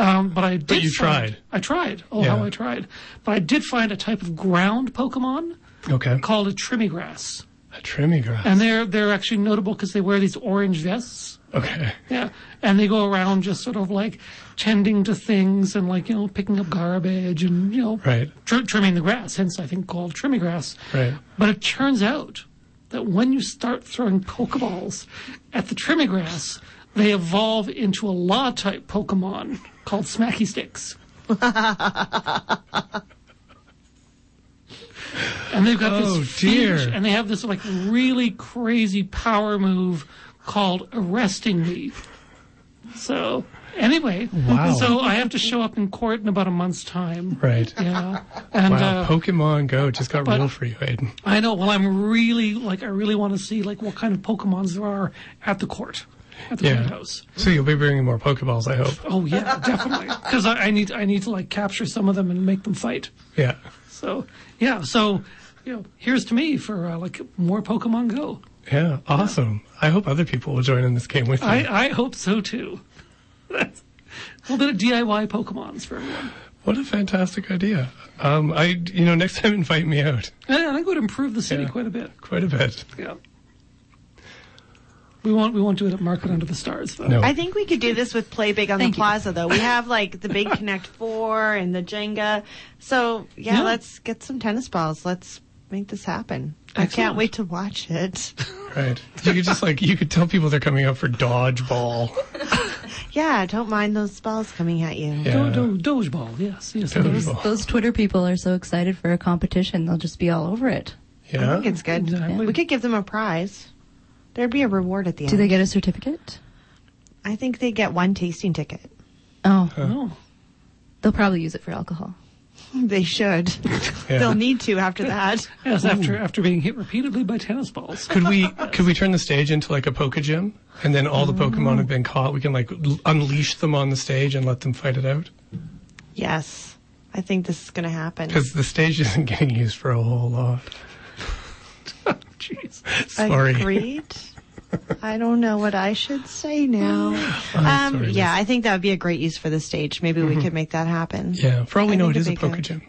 A: um, but I did.
B: you
A: find-
B: tried.
A: I tried. Oh,
B: Yeah.
A: how I tried! But I did find a type of ground Pokemon
B: Okay.
A: called a Trimigrass,
B: A Trimigrass.
A: and they're they're actually notable because they wear these orange vests.
B: okay.
A: Yeah, and they go around just sort of like tending to things and like you know picking up garbage and you know
B: Right.
A: tr- trimming the grass. Hence, I think called trimming grass.
B: Right.
A: But it turns out that when you start throwing pokeballs at the trimming grass, they evolve into a law type Pokemon called Smacky Sticks. and they've got
B: Oh,
A: this fiendish-
B: dear.
A: and they have this like really crazy power move called arresting me. So anyway,
B: Wow.
A: so I have to show up in court in about a month's time.
B: Right.
A: Yeah, and
B: Wow.
A: uh,
B: Pokemon Go just got
A: but-
B: real for you, Aiden.
A: I know. Well, I'm really like I really want to see like what kind of Pokemons there are at the court, at the
B: Yeah.
A: courthouse.
B: So you'll be bringing more Pokeballs, I hope.
A: Oh yeah, definitely. Because I, I need I need to like capture some of them and make them fight.
B: Yeah.
A: So yeah, so you know, here's to me for uh, like more Pokemon Go.
B: Yeah, awesome. I hope other people will join in this game with you.
A: I, I hope so too. That's a little bit of DIY Pokemons for everyone.
B: what a fantastic idea. Um, I, you know, next time invite me out
A: And I think it would improve the city
B: Yeah.
A: quite a bit.
B: quite a bit.
A: Yeah. We won't we won't do it at Market Under the Stars though.
B: No.
C: I think we could do this with Play Big on
D: Thank
C: the
D: you.
C: Plaza, though. We have like the Big Connect Four and the Jenga. So yeah,
A: Yeah.
C: let's get some tennis balls. Let's make this happen. I
A: Excellent.
C: can't wait to watch it.
B: Right. You could just like, you could tell people they're coming out for dodgeball.
C: Yeah, don't mind those balls coming at you.
B: Yeah.
A: Do, do, Dodgeball, yes, yes.
B: Doge-
A: Doge.
B: Well.
D: Those Twitter people are so excited for a competition, they'll just be all over it.
C: I
B: Yeah.
C: think it's good.
A: Exactly.
C: We could give them a prize. There'd be a reward at the end.
D: Do they get a certificate?
C: I think they get one tasting ticket.
D: Oh,
A: No.
D: they'll probably use it for alcohol.
C: They should.
B: Yeah.
C: They'll need to after that.
A: Yes, after after being hit repeatedly by tennis balls.
B: Could we could we turn the stage into like a poker gym, and then all the Pokemon have been caught? We can like l- unleash them on the stage and let them fight it out
C: Yes, I think this is going to happen.
B: because the stage isn't getting used for a whole lot.
A: Jeez.
B: Sorry.
C: Agreed. I don't know what I should say now.
B: I'm
C: Um,
B: sorry,
C: yeah,
B: Liz.
C: I think that would be a great use for the stage. Maybe we could make that happen.
B: Yeah, for all we
C: I
B: know,
C: think
B: it is a
C: it'd be
B: poker
C: good.
B: gym.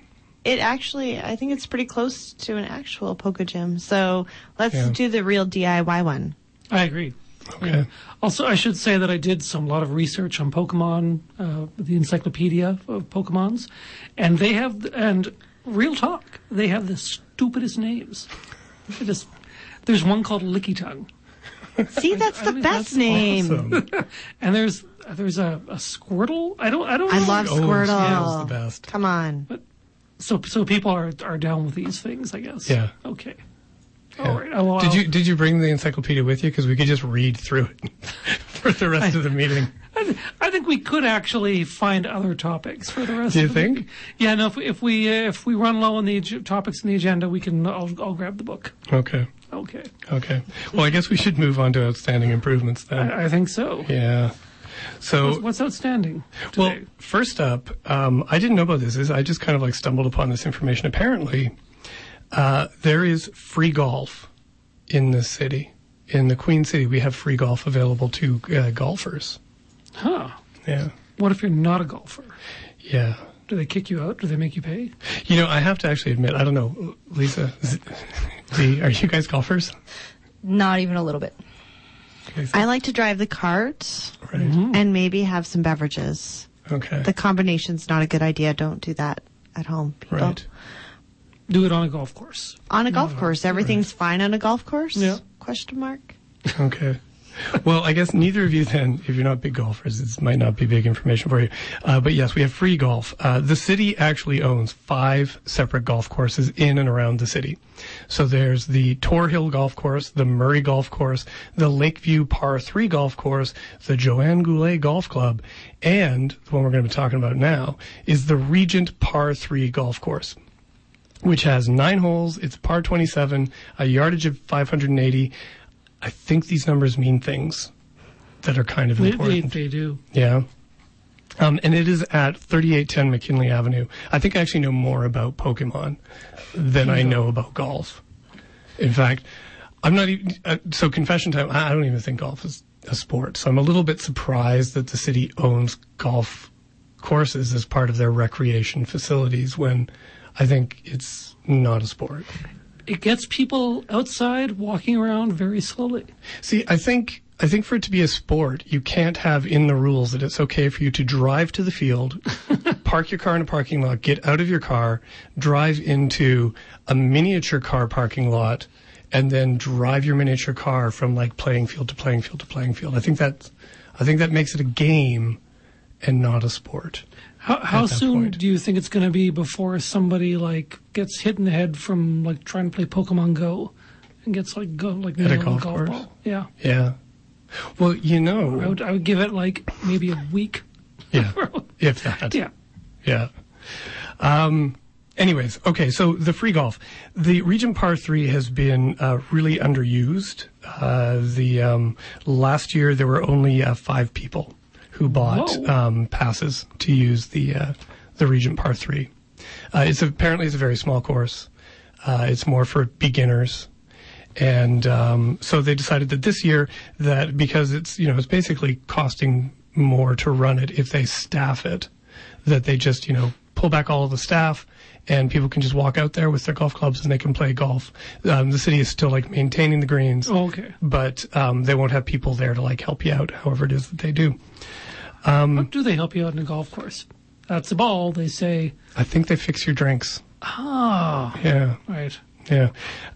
C: It actually, I think it's pretty close to an actual poker gym. So let's
B: Yeah.
C: do the real DIY one.
A: I agree. Yeah. Also, I should say that I did some lot of research on Pokemon, uh, the encyclopedia of Pokemons, and they have and real talk. They have the stupidest names. They just there's one called Lickitung,
C: See, that's the
A: mean,
C: best
A: that's
C: name.
B: Awesome.
A: and there's there's a, a Squirtle. I don't I don't.
C: I
A: know.
C: love
B: Oh,
C: Squirtle.
B: Squirtle's the best.
C: Come on.
A: So so people are are down with these things, I guess.
B: Yeah.
A: Okay. All right. Oh, well,
B: Did you did you bring the encyclopedia with you? Because we could just read through it for the rest of the meeting.
A: I, th- I think we could actually find other topics for the rest.
B: Do you
A: of the
B: think?
A: week. Yeah. No. If, if we uh, if we run low on the ag- topics in the agenda, we can. I'll, I'll grab the book.
B: Okay,
A: Okay.
B: okay. Well, I guess we should move on to outstanding improvements then.
A: I, I think so.
B: Yeah. So
A: What's, what's outstanding
B: Well,
A: today?
B: first up, um, I didn't know about this. Is I just kind of like stumbled upon this information. Apparently, uh, there is free golf in the city, in the Queen City. We have free golf available to uh, golfers.
A: huh?
B: Yeah,
A: What if you're not a golfer?
B: yeah.
A: Do they kick you out? Do they make you pay?
B: You know, I have to actually admit, I don't know, Lisa. Z- Z, are you guys golfers?
D: Not even a little bit.
C: I like to drive the cart
B: Right.
C: and maybe have some beverages.
B: Okay.
C: Mm-hmm. The combination's not a good idea. Don't do that at home. People.
B: right.
A: Do it on a golf course.
C: On a golf course, everything's fine on a golf course?
A: Yeah.
C: Question mark.
B: Okay. Well, I guess neither of you then, if you're not big golfers, this might not be big information for you. Uh, but yes, we have free golf. Uh, the city actually owns five separate golf courses in and around the city. So there's the Tor Hill Golf Course, the Murray Golf Course, the Lakeview Par 3 Golf Course, the Joanne Goulet Golf Club, and the one we're going to be talking about now is the Regent Par 3 Golf Course which has nine holes. It's par 27, a yardage of 580. I think these numbers mean things that are kind of
A: They, they,
B: important.
A: they do.
B: Yeah. Um, and it is at 3810 McKinley Avenue. I think I actually know more about Pokemon than I know about golf. In fact, I'm not even, uh, so confession time, I I don't even think golf is a sport. So I'm a little bit surprised that the city owns golf courses as part of their recreation facilities when I think it's not a sport.
A: It gets people outside walking around very slowly.
B: See, I think I think for it to be a sport, you can't have in the rules that it's okay for you to drive to the field, park your car in a parking lot, get out of your car, drive into a miniature car parking lot, and then drive your miniature car from like playing field to playing field to playing field. I think that I think that makes it a game and not a sport.
A: How, how
B: at that
A: soon
B: point.
A: do you think it's going to be before somebody like gets hit in the head from like trying to play Pokemon Go and gets like go like
B: a
A: nailed in a
B: golf
A: golf
B: course?
A: ball? Yeah,
B: Yeah. Well, you
A: I
B: know,
A: would I would give it like maybe a week.
B: yeah, if that.
A: Yeah,
B: Yeah. Um, anyways, okay, so the free golf. The Regent Par 3 has been uh, really underused. Uh, the um, Last year, there were only uh, five people who bought
A: Whoa.
B: um, passes to use the, uh, the Regent Par 3. Uh, it's apparently it's a very small course. Uh, it's more for beginners. and um, so they decided that this year that because it's you know it's basically costing more to run it if they staff it, that they just you know pull back all of the staff and people can just walk out there with their golf clubs and they can play golf. Um, the city is still like maintaining the greens,
A: Oh, okay.
B: but um, they won't have people there to like help you out. However, it is that they do. Hmm.
A: How do they help you out in a golf course? That's the ball. They say,
B: I think they fix your drinks.
A: ah,
B: Yeah.
A: right.
B: Yeah.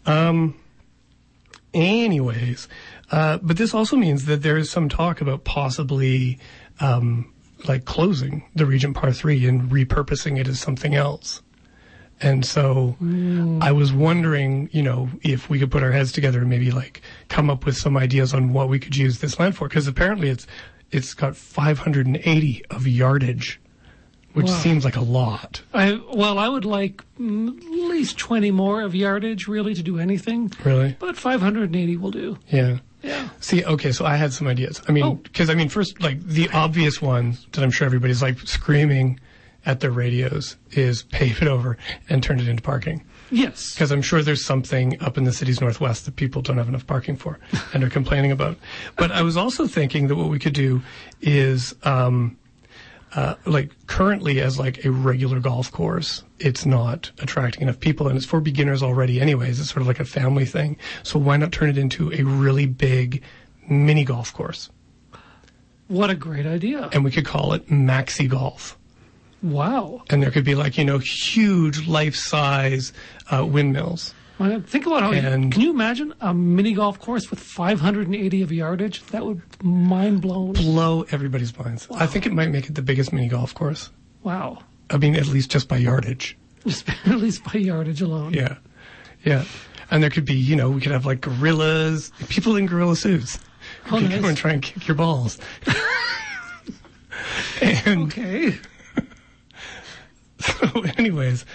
B: Um, anyways, uh, but this also means that there is some talk about possibly um, like closing the Regent Par 3 and repurposing it as something else. And so I was wondering, you know, if we could put our heads together and maybe like come up with some ideas on what we could use this land for, because apparently it's it's got 580 of yardage, which
A: Wow.
B: seems like a lot.
A: I, well, I would like mm, at least 20 more of yardage, really, to do anything.
B: Really?
A: But 580 will do.
B: Yeah.
A: Yeah.
B: See, okay, so I had some ideas. I mean,
A: Oh.
B: because I mean, first, like the obvious one that I'm sure everybody's like screaming at their radios is pave it over and turn it into parking.
A: Yes.
B: Because I'm sure there's something up in the city's northwest that people don't have enough parking for and are complaining about. But I was also thinking that what we could do is, um, uh, like currently as like a regular golf course, it's not attracting enough people and it's for beginners already anyways. It's sort of like a family thing. So why not turn it into a really big mini golf course?
A: What a great idea.
B: And we could call it Maxi Golf.
A: Wow.
B: And there could be like, you know, huge life size, uh, windmills.
A: Well, Think about how.
B: And-
A: can you imagine a mini golf course with 580 of yardage? That would mind blown.
B: blow everybody's minds. I think it might make it the biggest mini golf course.
A: Wow.
B: I mean, at least just by yardage.
A: Just at least by yardage alone.
B: Yeah. Yeah. And there could be, you know, we could have like gorillas, people in gorilla suits who
A: Oh,
B: can
A: nice.
B: come and try and kick your balls. and
A: Okay.
B: so, anyways,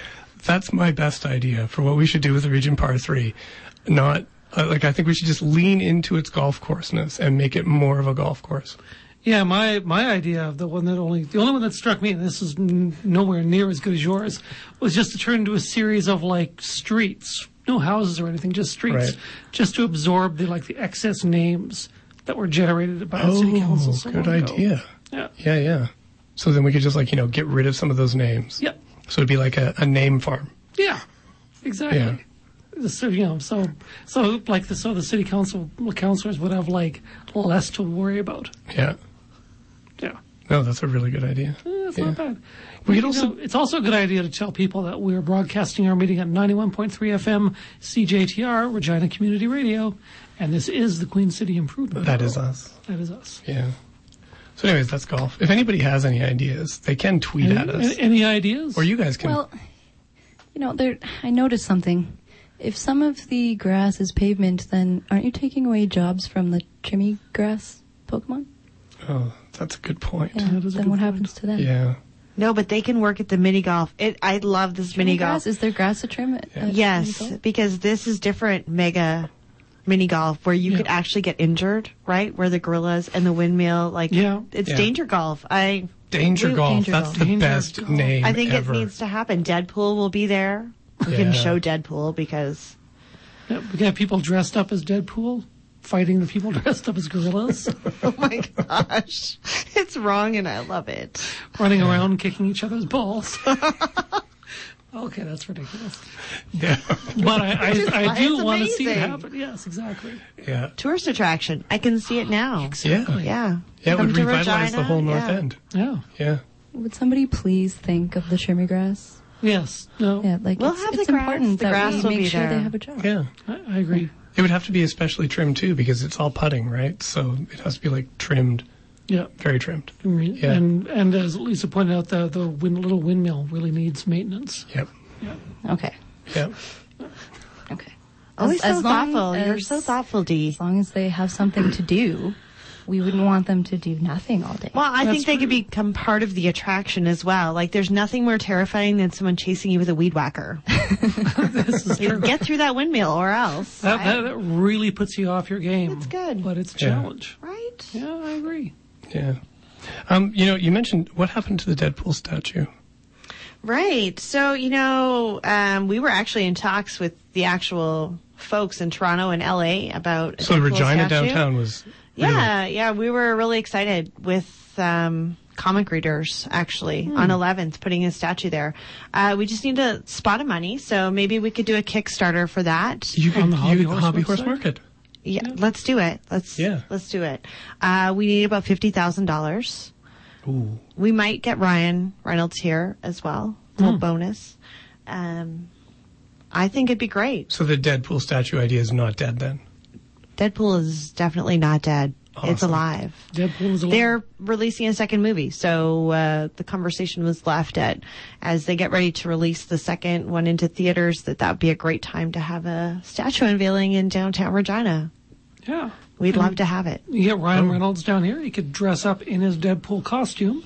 B: that's my best idea for what we should do with the Region Par 3. Not uh, like I think we should just lean into its golf courseness and make it more of a golf course.
A: Yeah, my my idea of the one that only the only one that struck me, and this is n- nowhere near as good as yours, was just to turn into a series of like streets, no houses or anything, just streets,
B: Right.
A: just to absorb the like the excess names that were generated by the city council. so
B: Oh, good
A: long ago.
B: idea.
A: Yeah.
B: Yeah, yeah. So then we could just like, you know, get rid of some of those names.
A: Yep.
B: So it'd be like a, a name farm.
A: Yeah, exactly.
B: Yeah.
A: So, you know, so so like the so the city council councilors would have like less to worry about.
B: Yeah.
A: Yeah,
B: No, that's a really good idea.
A: that's
B: Yeah.
A: not bad.
B: We
A: You
B: could also
A: know, it's also a good idea to tell people that we're broadcasting our meeting at 91.3 FM CJTR Regina Community Radio, and this is the Queen City Improvement.
B: that is us.
A: That is us.
B: Yeah. So anyways, that's golf. If anybody has any ideas, they can tweet at
A: A-
B: us.
A: Any ideas?
B: Or you guys can
D: Well, you know, there. I noticed something. If some of the grass is pavement, then aren't you taking away jobs from the Jimmy grass Pokemon?
B: Oh, that's a good point.
D: Yeah.
B: Yeah.
A: that is a
D: Then
A: good
D: what
A: point.
D: happens to them?
C: No, but they can work at the mini golf. It, I love this mini
D: Mini
C: golf.
D: grass? Is there grass to trim it? uh,
C: Yes,
D: mini golf?
C: because this is different mega mini golf where you could actually get injured, right? Where the gorillas and the windmill, like
A: Yeah.
C: it's
B: Yeah.
C: danger golf. I
B: Danger
C: we-
B: golf.
D: Danger
B: that's
D: golf.
B: the
A: Danger
B: best
A: golf.
B: name
C: I think
B: ever.
C: it needs to happen. Deadpool will be there. We can
B: Yeah.
C: show Deadpool because
A: Yeah, we can have people dressed up as Deadpool fighting the people dressed up as gorillas,
C: oh my gosh, it's wrong and I love it.
A: running around kicking each other's balls. okay, that's ridiculous.
B: yeah.
A: But I, I, I
C: why
A: do
C: it's
A: want to see it
C: amazing.
A: happen. Yes, exactly.
B: Yeah.
C: Tourist attraction. I can see it now.
B: Yeah.
C: Yeah.
B: Yeah, it
C: Come
B: would
C: to
B: revitalize the
C: Regina,
B: whole north
C: yeah.
B: end.
A: Yeah.
B: Yeah.
D: Would somebody please think of the Jimmy grass?
A: Yes. No.
D: Yeah, like
C: We'll
D: it's,
C: have the
D: it's
C: grass.
D: important
C: The
D: that
C: grass
D: we
C: will
D: make
C: be
D: sure
C: there.
D: they have a job.
B: Yeah.
A: I, I agree.
B: It would have to be especially trimmed too because it's all putting, right? So it has to be like trimmed,
A: Yeah.
B: very trimmed. Yeah.
A: And and as Lisa pointed out, the the wind, little windmill really needs maintenance.
B: Yep.
D: Okay.
B: Yep.
D: Okay.
C: Always
D: As-
C: Oh, so
D: as long
C: thoughtful. You're
D: as-
C: so thoughtful, Dee.
D: As long as they have something to do, we wouldn't want them to do nothing all day.
C: Well, I
A: That's
C: think they
A: true.
C: could become part of the attraction as well. Like, there's nothing more terrifying than someone chasing you with a weed whacker. Get through that windmill or else.
A: That, that that really puts you off your game.
C: It's good.
A: but it's a
B: Yeah.
A: challenge.
C: Right?
A: Yeah, I agree.
B: Yeah. Um, you know, you mentioned what happened to the Deadpool statue.
C: Right. So, you know, um, we were actually in talks with the actual folks in Toronto and LA about. a
B: So
C: Deadpool
B: Regina
C: statue.
B: downtown was really-
C: Yeah, yeah, we were really excited with um, comic readers actually on 11th putting a statue there. Uh, we just need a spot of money, so maybe we could do a Kickstarter for that.
B: you could
A: On the Hobby
B: you-
A: Horse
B: hobby horse
A: website?
B: market.
C: Yeah, let's do it. Let's
B: Yeah.
C: let's do it. Uh, we need about fifty thousand dollars.
B: Ooh.
C: We might get Ryan Reynolds here as well. Little bonus. Um, I think it'd be great.
B: So the Deadpool statue idea is not dead then.
C: Deadpool is definitely not dead. It's
B: Awesome.
C: alive.
A: Deadpool is alive.
C: They're releasing a second movie, so uh, the conversation was left at as they get ready to release the second one into theaters. That that would be a great time to have a statue unveiling in downtown Regina.
A: Yeah.
C: We'd love to have it.
A: You get Ryan
B: Oh.
A: Reynolds down here. He could dress up in his Deadpool costume,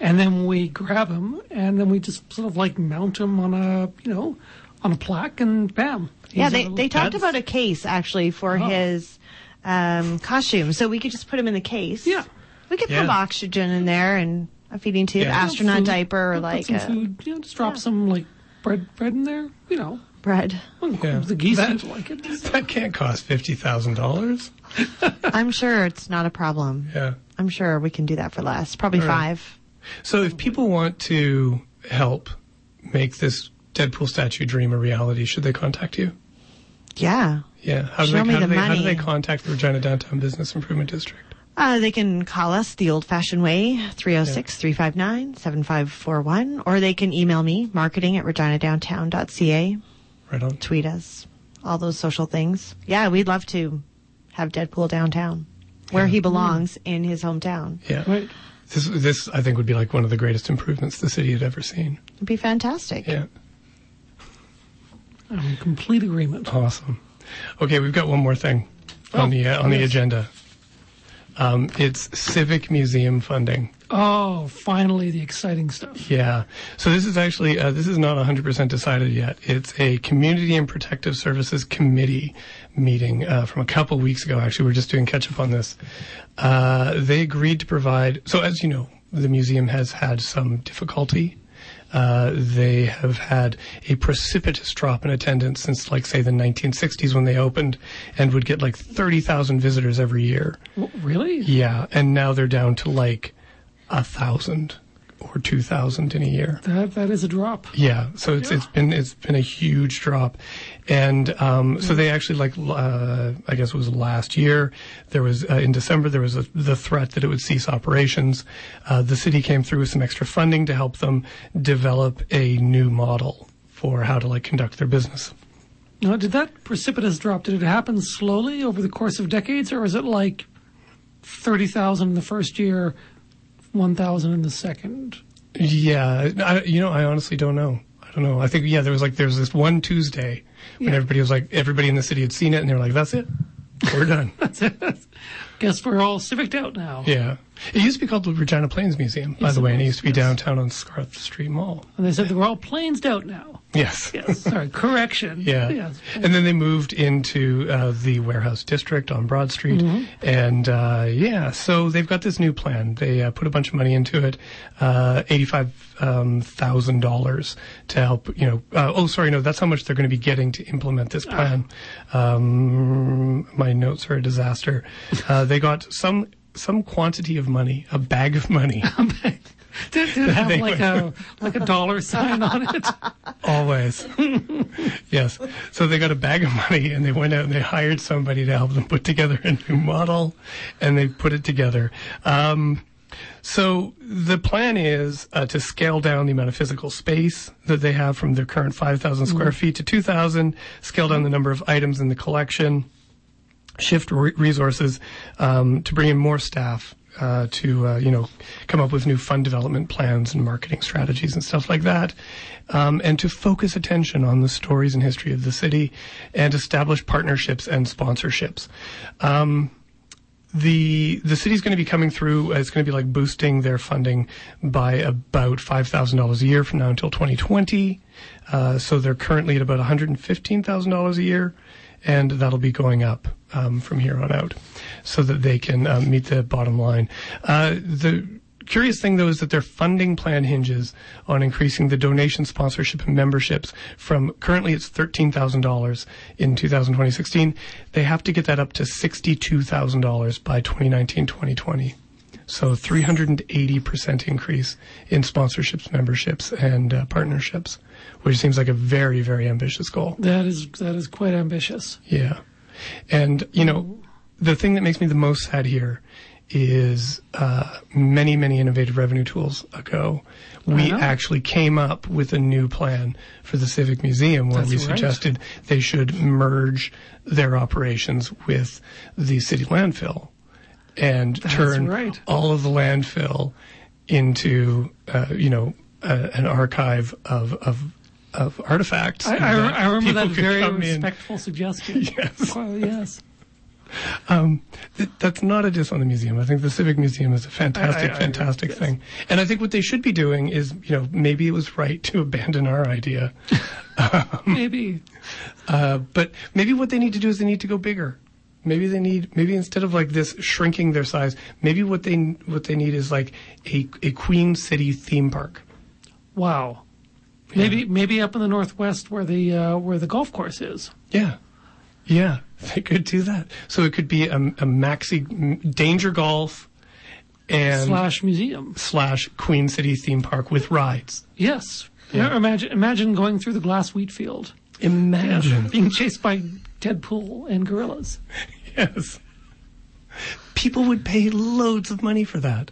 A: and then we grab him, and then we just sort of like mount him on a you know on a plaque, and bam.
C: Yeah,
A: he's
C: they,
A: a-
C: they talked
B: that's-
C: about a case actually for
A: Oh.
C: his um, costume, so we could just put him in the case.
A: Yeah.
C: we could
B: Yeah.
C: put oxygen in there and a feeding tube,
B: Yeah.
C: astronaut
A: food.
C: diaper, or
A: Put
C: like uh,
A: some
C: a
A: food. You know, just drop some like bread bread in there. You know,
C: bread.
B: Yeah.
A: the geese
B: That-
A: seem to like it.
B: That can't cost fifty thousand dollars.
C: I'm sure it's not a problem.
B: Yeah.
C: I'm sure we can do that for less, probably five.
B: So if people want to help make this Deadpool statue dream a reality, should they contact you?
C: Yeah.
B: Yeah. How do,
C: Show
B: they,
C: me
B: how, do
C: the
B: they, how do
C: money.
B: they contact the Regina Downtown Business Improvement District?
C: Uh, they can call us the old fashioned way, 306 359 7541, or they can email me, marketing at reginadowntown.ca.
B: Right on.
C: tweet us, all those social things. Yeah, we'd love to have Deadpool downtown, where he belongs in his hometown.
B: Yeah.
A: Right.
B: This this I think would be like one of the greatest improvements the city had ever seen.
C: It'd be fantastic.
B: Yeah.
A: I'm in complete agreement.
B: Awesome. Okay, we've got one more thing on the uh, on the agenda. Um, it's civic museum funding.
A: Oh, finally the exciting stuff.
B: Yeah. So this is actually uh, this is not 100% decided yet. It's a community and protective services committee meeting uh, from a couple weeks ago. Actually, we are just doing catch up on this. Uh, they agreed to provide. So as you know, the museum has had some difficulty. Uh, they have had a precipitous drop in attendance since, like, say, the 1960s when they opened, and would get like 30,000 visitors every year.
A: W- really?
B: Yeah, and now they're down to like a thousand or two thousand in a year.
A: That that is a drop.
B: Yeah, so it's it's been it's been a huge drop, and um, so they actually like l- uh, I guess it was last year there was uh, in December there was a, the threat that it would cease operations. Uh, the city came through with some extra funding to help them develop a new model for how to like conduct their business.
A: Now, did that precipitous drop, did it happen slowly over the course of decades, or was it like 30,000 in the first year, 1,000 in the second?
B: Yeah, I, you know, I honestly don't know. I don't know. I think yeah, there was like there was this one Tuesday when
A: Yeah.
B: everybody was like everybody in the city had seen it and they were like, "That's it, we're done."
A: Guess we're all civiced out now.
B: yeah, it used to be called the Regina Plains Museum, by
A: Yes,
B: the
A: it
B: way, and it
A: was,
B: used to be
A: yes.
B: downtown on Scarth Street Mall.
A: And they said that we're all planes out now.
B: Yes.
A: Yes, sorry, correction.
B: Yeah.
A: Yes.
B: And then they moved into uh, the warehouse district on Broad Street.
A: Mm-hmm.
B: And uh, yeah, so they've got this new plan. They uh, put a bunch of money into it, uh, $85,000 to help, you know. Uh, oh, sorry, no, that's how much they're going to be getting to implement
A: Ah.
B: this plan. Um, my notes are a disaster. Uh, they got some. Some quantity of money, a bag of money,
A: Did, did it have like a, like a dollar sign on it?
B: always. yes. So they got a bag of money and they went out and they hired somebody to help them put together a new model and they put it together. Um, so the plan is uh, to scale down the amount of physical space that they have from their current 5,000 square feet to 2,000, scale down the number of items in the collection, shift re- resources um, to bring in more staff uh, to uh, you know come up with new fund development plans and marketing strategies and stuff like that, um, and to focus attention on the stories and history of the city, and establish partnerships and sponsorships. Um, the the city's going to be coming through. uh, It's going to be like boosting their funding by about five thousand dollars a year from now until twenty twenty. Uh, so they're currently at about one hundred and fifteen thousand dollars a year, and that'll be going up um, from here on out, so that they can uh, meet the bottom line. Uh, the curious thing though is that their funding plan hinges on increasing the donation sponsorship and memberships from currently it's $13,000 in 2016. They have to get that up to $62,000 by 2019-2020. So 380% increase in sponsorships, memberships, and uh, partnerships, which seems like a very, very ambitious goal.
A: That is that is quite ambitious.
B: Yeah. And, you know, the thing that makes me the most sad here is uh, many, many innovative revenue tools ago, we
A: know.
B: actually came up with a new plan for the Civic Museum where
A: That's
B: we
A: right.
B: suggested they should merge their operations with the city landfill and turn
A: right.
B: all of the landfill into, uh, you know, uh, an archive of, of, of artifacts.
A: I, I, I remember
B: people
A: that
B: could
A: very
B: come in.
A: respectful suggestion.
B: Yes.
A: Well, yes.
B: Th- that's not a diss on the museum. I think the Civic Museum is a
A: I- I
B: fantastic,
A: agree,
B: fantastic
A: yes.
B: thing. And I think what they should be doing is, you know, maybe it was right to abandon our idea,
A: Maybe.
B: uh, but maybe what they need to do is they need to go bigger. Maybe they need, maybe instead of like this shrinking their size, maybe what they what they need is like a a Queen City theme park.
A: Wow. Maybe maybe up in the northwest where the uh, where the golf course is.
B: Yeah. Yeah, they could do that. So it could be a, a maxi m- danger golf and
A: slash museum.
B: slash Queen City theme park with rides.
A: Yes. Yeah, Imagine imagine going through the glass wheat field,
B: Imagine.
A: being chased by Deadpool and gorillas.
B: Yes. People would pay loads of money for that.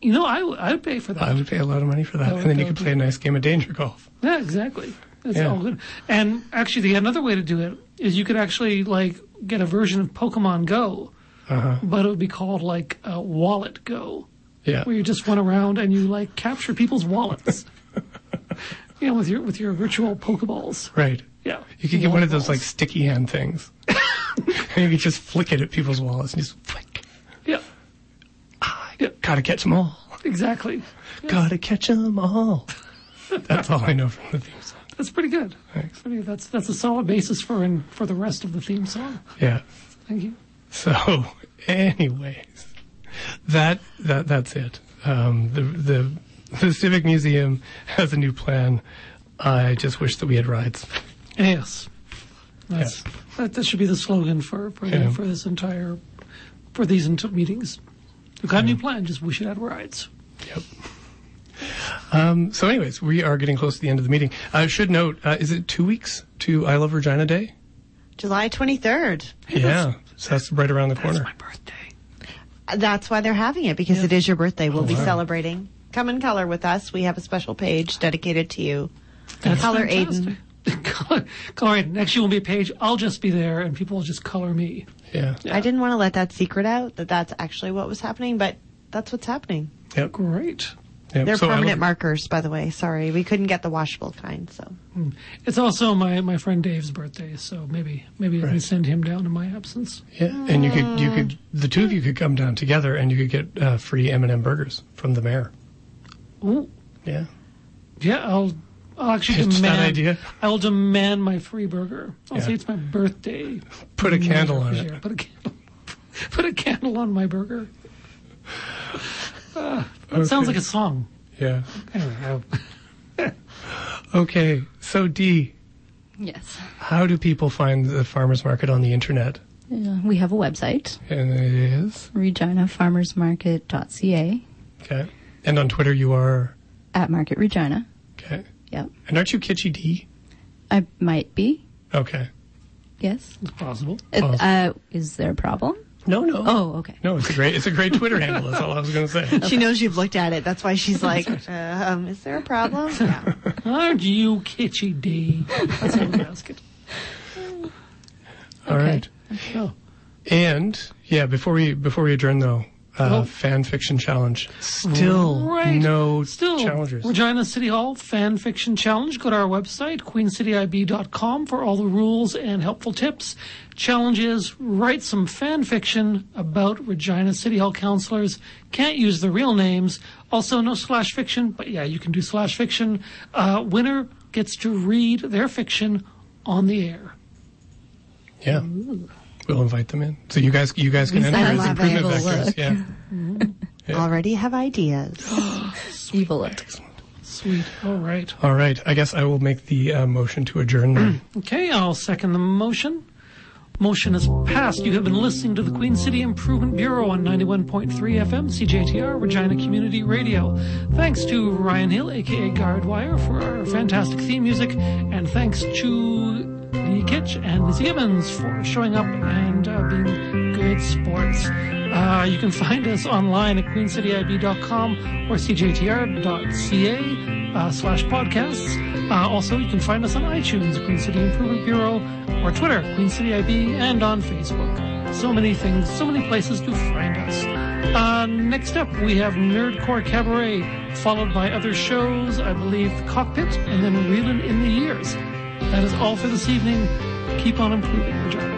A: You know, I w- I would pay for that.
B: I would pay a lot of money for that.
A: would-
B: and then
A: that
B: you could
A: would
B: play a nice game of danger golf.
A: Yeah, exactly. That's
B: Yeah.
A: all good. And actually, the another way to do it is you could actually like get a version of Pokemon Go,
B: Uh-huh.
A: but it would be called like uh, Wallet Go,
B: Yeah.
A: where you just went around and you like capture people's wallets. you know, with your with your virtual Pokeballs.
B: Right.
A: Yeah,
B: You could get one of those like
A: Wallet
B: sticky hand things. and you could just flick it at people's wallets and just flick.
A: balls. Yeah,
B: Gotta catch them all.
A: exactly.
B: Gotta catch them all. That's all I know from the theme song.
A: That's pretty good.
B: Thanks.
A: Pretty- That's that's a solid basis for and for the rest of the theme song.
B: Yeah.
A: Thank you.
B: So, anyways, that that that's it. Um, the the the Civic Museum has a new plan. I just wish that we had rides.
A: Yes. That's, that, that should be the slogan for for, the-
B: Yeah.
A: for this entire for these ent- meetings. We've got a new plan. Just wish it had rides.
B: Yep. Um, so, anyways, we are getting close to the end of the meeting. I should note: uh, is it two weeks to I Love Regina Day?
C: July 23rd.
B: Yeah, so that's right around the corner.
A: My birthday.
C: That's why they're having it because it is your birthday.
B: Oh,
C: We'll be celebrating. Come in color with us. We have a special page dedicated to you. color Aiden.
A: Aiden. color, color Aiden. Actually, won't be a page. I'll just be there, and people will just color me.
B: Yeah.
C: I didn't want to let that secret out that that's actually what was happening, but that's what's happening.
B: Yep.
A: Great.
B: Yep.
C: They're
B: So I
C: permanent
B: Love-
C: markers, by the way. Sorry, we couldn't get the washable kind. So
A: It's also my, my friend Dave's birthday, so maybe maybe I can
B: Right.
A: send him down in my absence.
B: Yeah, and you could you could the two of you could come down together and you could get uh, free M and M burgers from the mayor.
A: Ooh.
B: Yeah.
A: Yeah, I'll I'll actually
B: Pitch that
A: demand.
B: idea.
A: I'll demand my free burger. I'll
B: Yeah.
A: say it's my birthday.
B: Put a candle on
A: this
B: it.
A: year. Put a candle. Put a candle on my burger. Uh, that sounds like a song.
B: Yeah.
A: Anyway, I-
B: Okay, so Dee,
D: Yes.
B: how do people find the farmers market on the internet?
D: Yeah, we have a website,
B: And it is
D: reginafarmersmarket.ca,
B: okay. And on Twitter, you are
D: at Market Regina.
B: okay.
D: Yep.
B: And aren't you Kitschy D?
D: I might be.
B: Okay.
D: Yes.
A: it's possible.
D: Uh,
B: Oh.
D: Uh, is there a problem?
B: No, no.
D: Oh, okay.
B: No, it's a great it's a great Twitter handle. That's all I was going to say.
C: she knows you've looked at it. That's why she's like, um, "Is there a problem?" Yeah.
A: Aren't you kitschy D? That's all we ask it.
B: All right.
A: Oh,
B: And yeah, before we before we adjourn though, uh,
A: Oh.
B: fan fiction challenge. Still
A: right.
B: no
A: Still,
B: challengers.
A: Regina City Hall Fan Fiction Challenge. Go to our website, queencityib.com, for all the rules and helpful tips. Challenge is write some fan fiction about Regina City Hall counselors. Can't use the real names. Also, no slash fiction, but yeah, you can do slash fiction. Uh, winner gets to read their fiction on the air.
B: Yeah. We'll invite them in. So you guys you guys can
D: Lisa,
B: enter
D: I
B: as
D: love
B: improvement
D: it.
B: vectors. Yeah.
C: already have ideas.
D: Evil it.
A: Sweet. All right.
B: All right. I guess I will make the uh, motion to adjourn. then.
A: Okay, I'll second the motion. Motion is passed. You have been listening to the Queen City Improvement Bureau on 91.3 FM, CJTR, Regina Community Radio. Thanks to Ryan Hill, aka Guardwire, for our fantastic theme music, and thanks to Lee Kitch and Missy Gibbons for showing up and uh, being good sports. Uh, you can find us online at queencityib.com or cjtr.ca uh, slash podcasts. Uh, also, you can find us on iTunes, Queen City Improvement Bureau, or Twitter, Queen City IB, and on Facebook. So many things, so many places to find us. Uh, next up, we have Nerdcore Cabaret, followed by other shows, I believe The Cockpit, and then Reelin' in the Years. That is all for this evening. Keep on improving, Regina.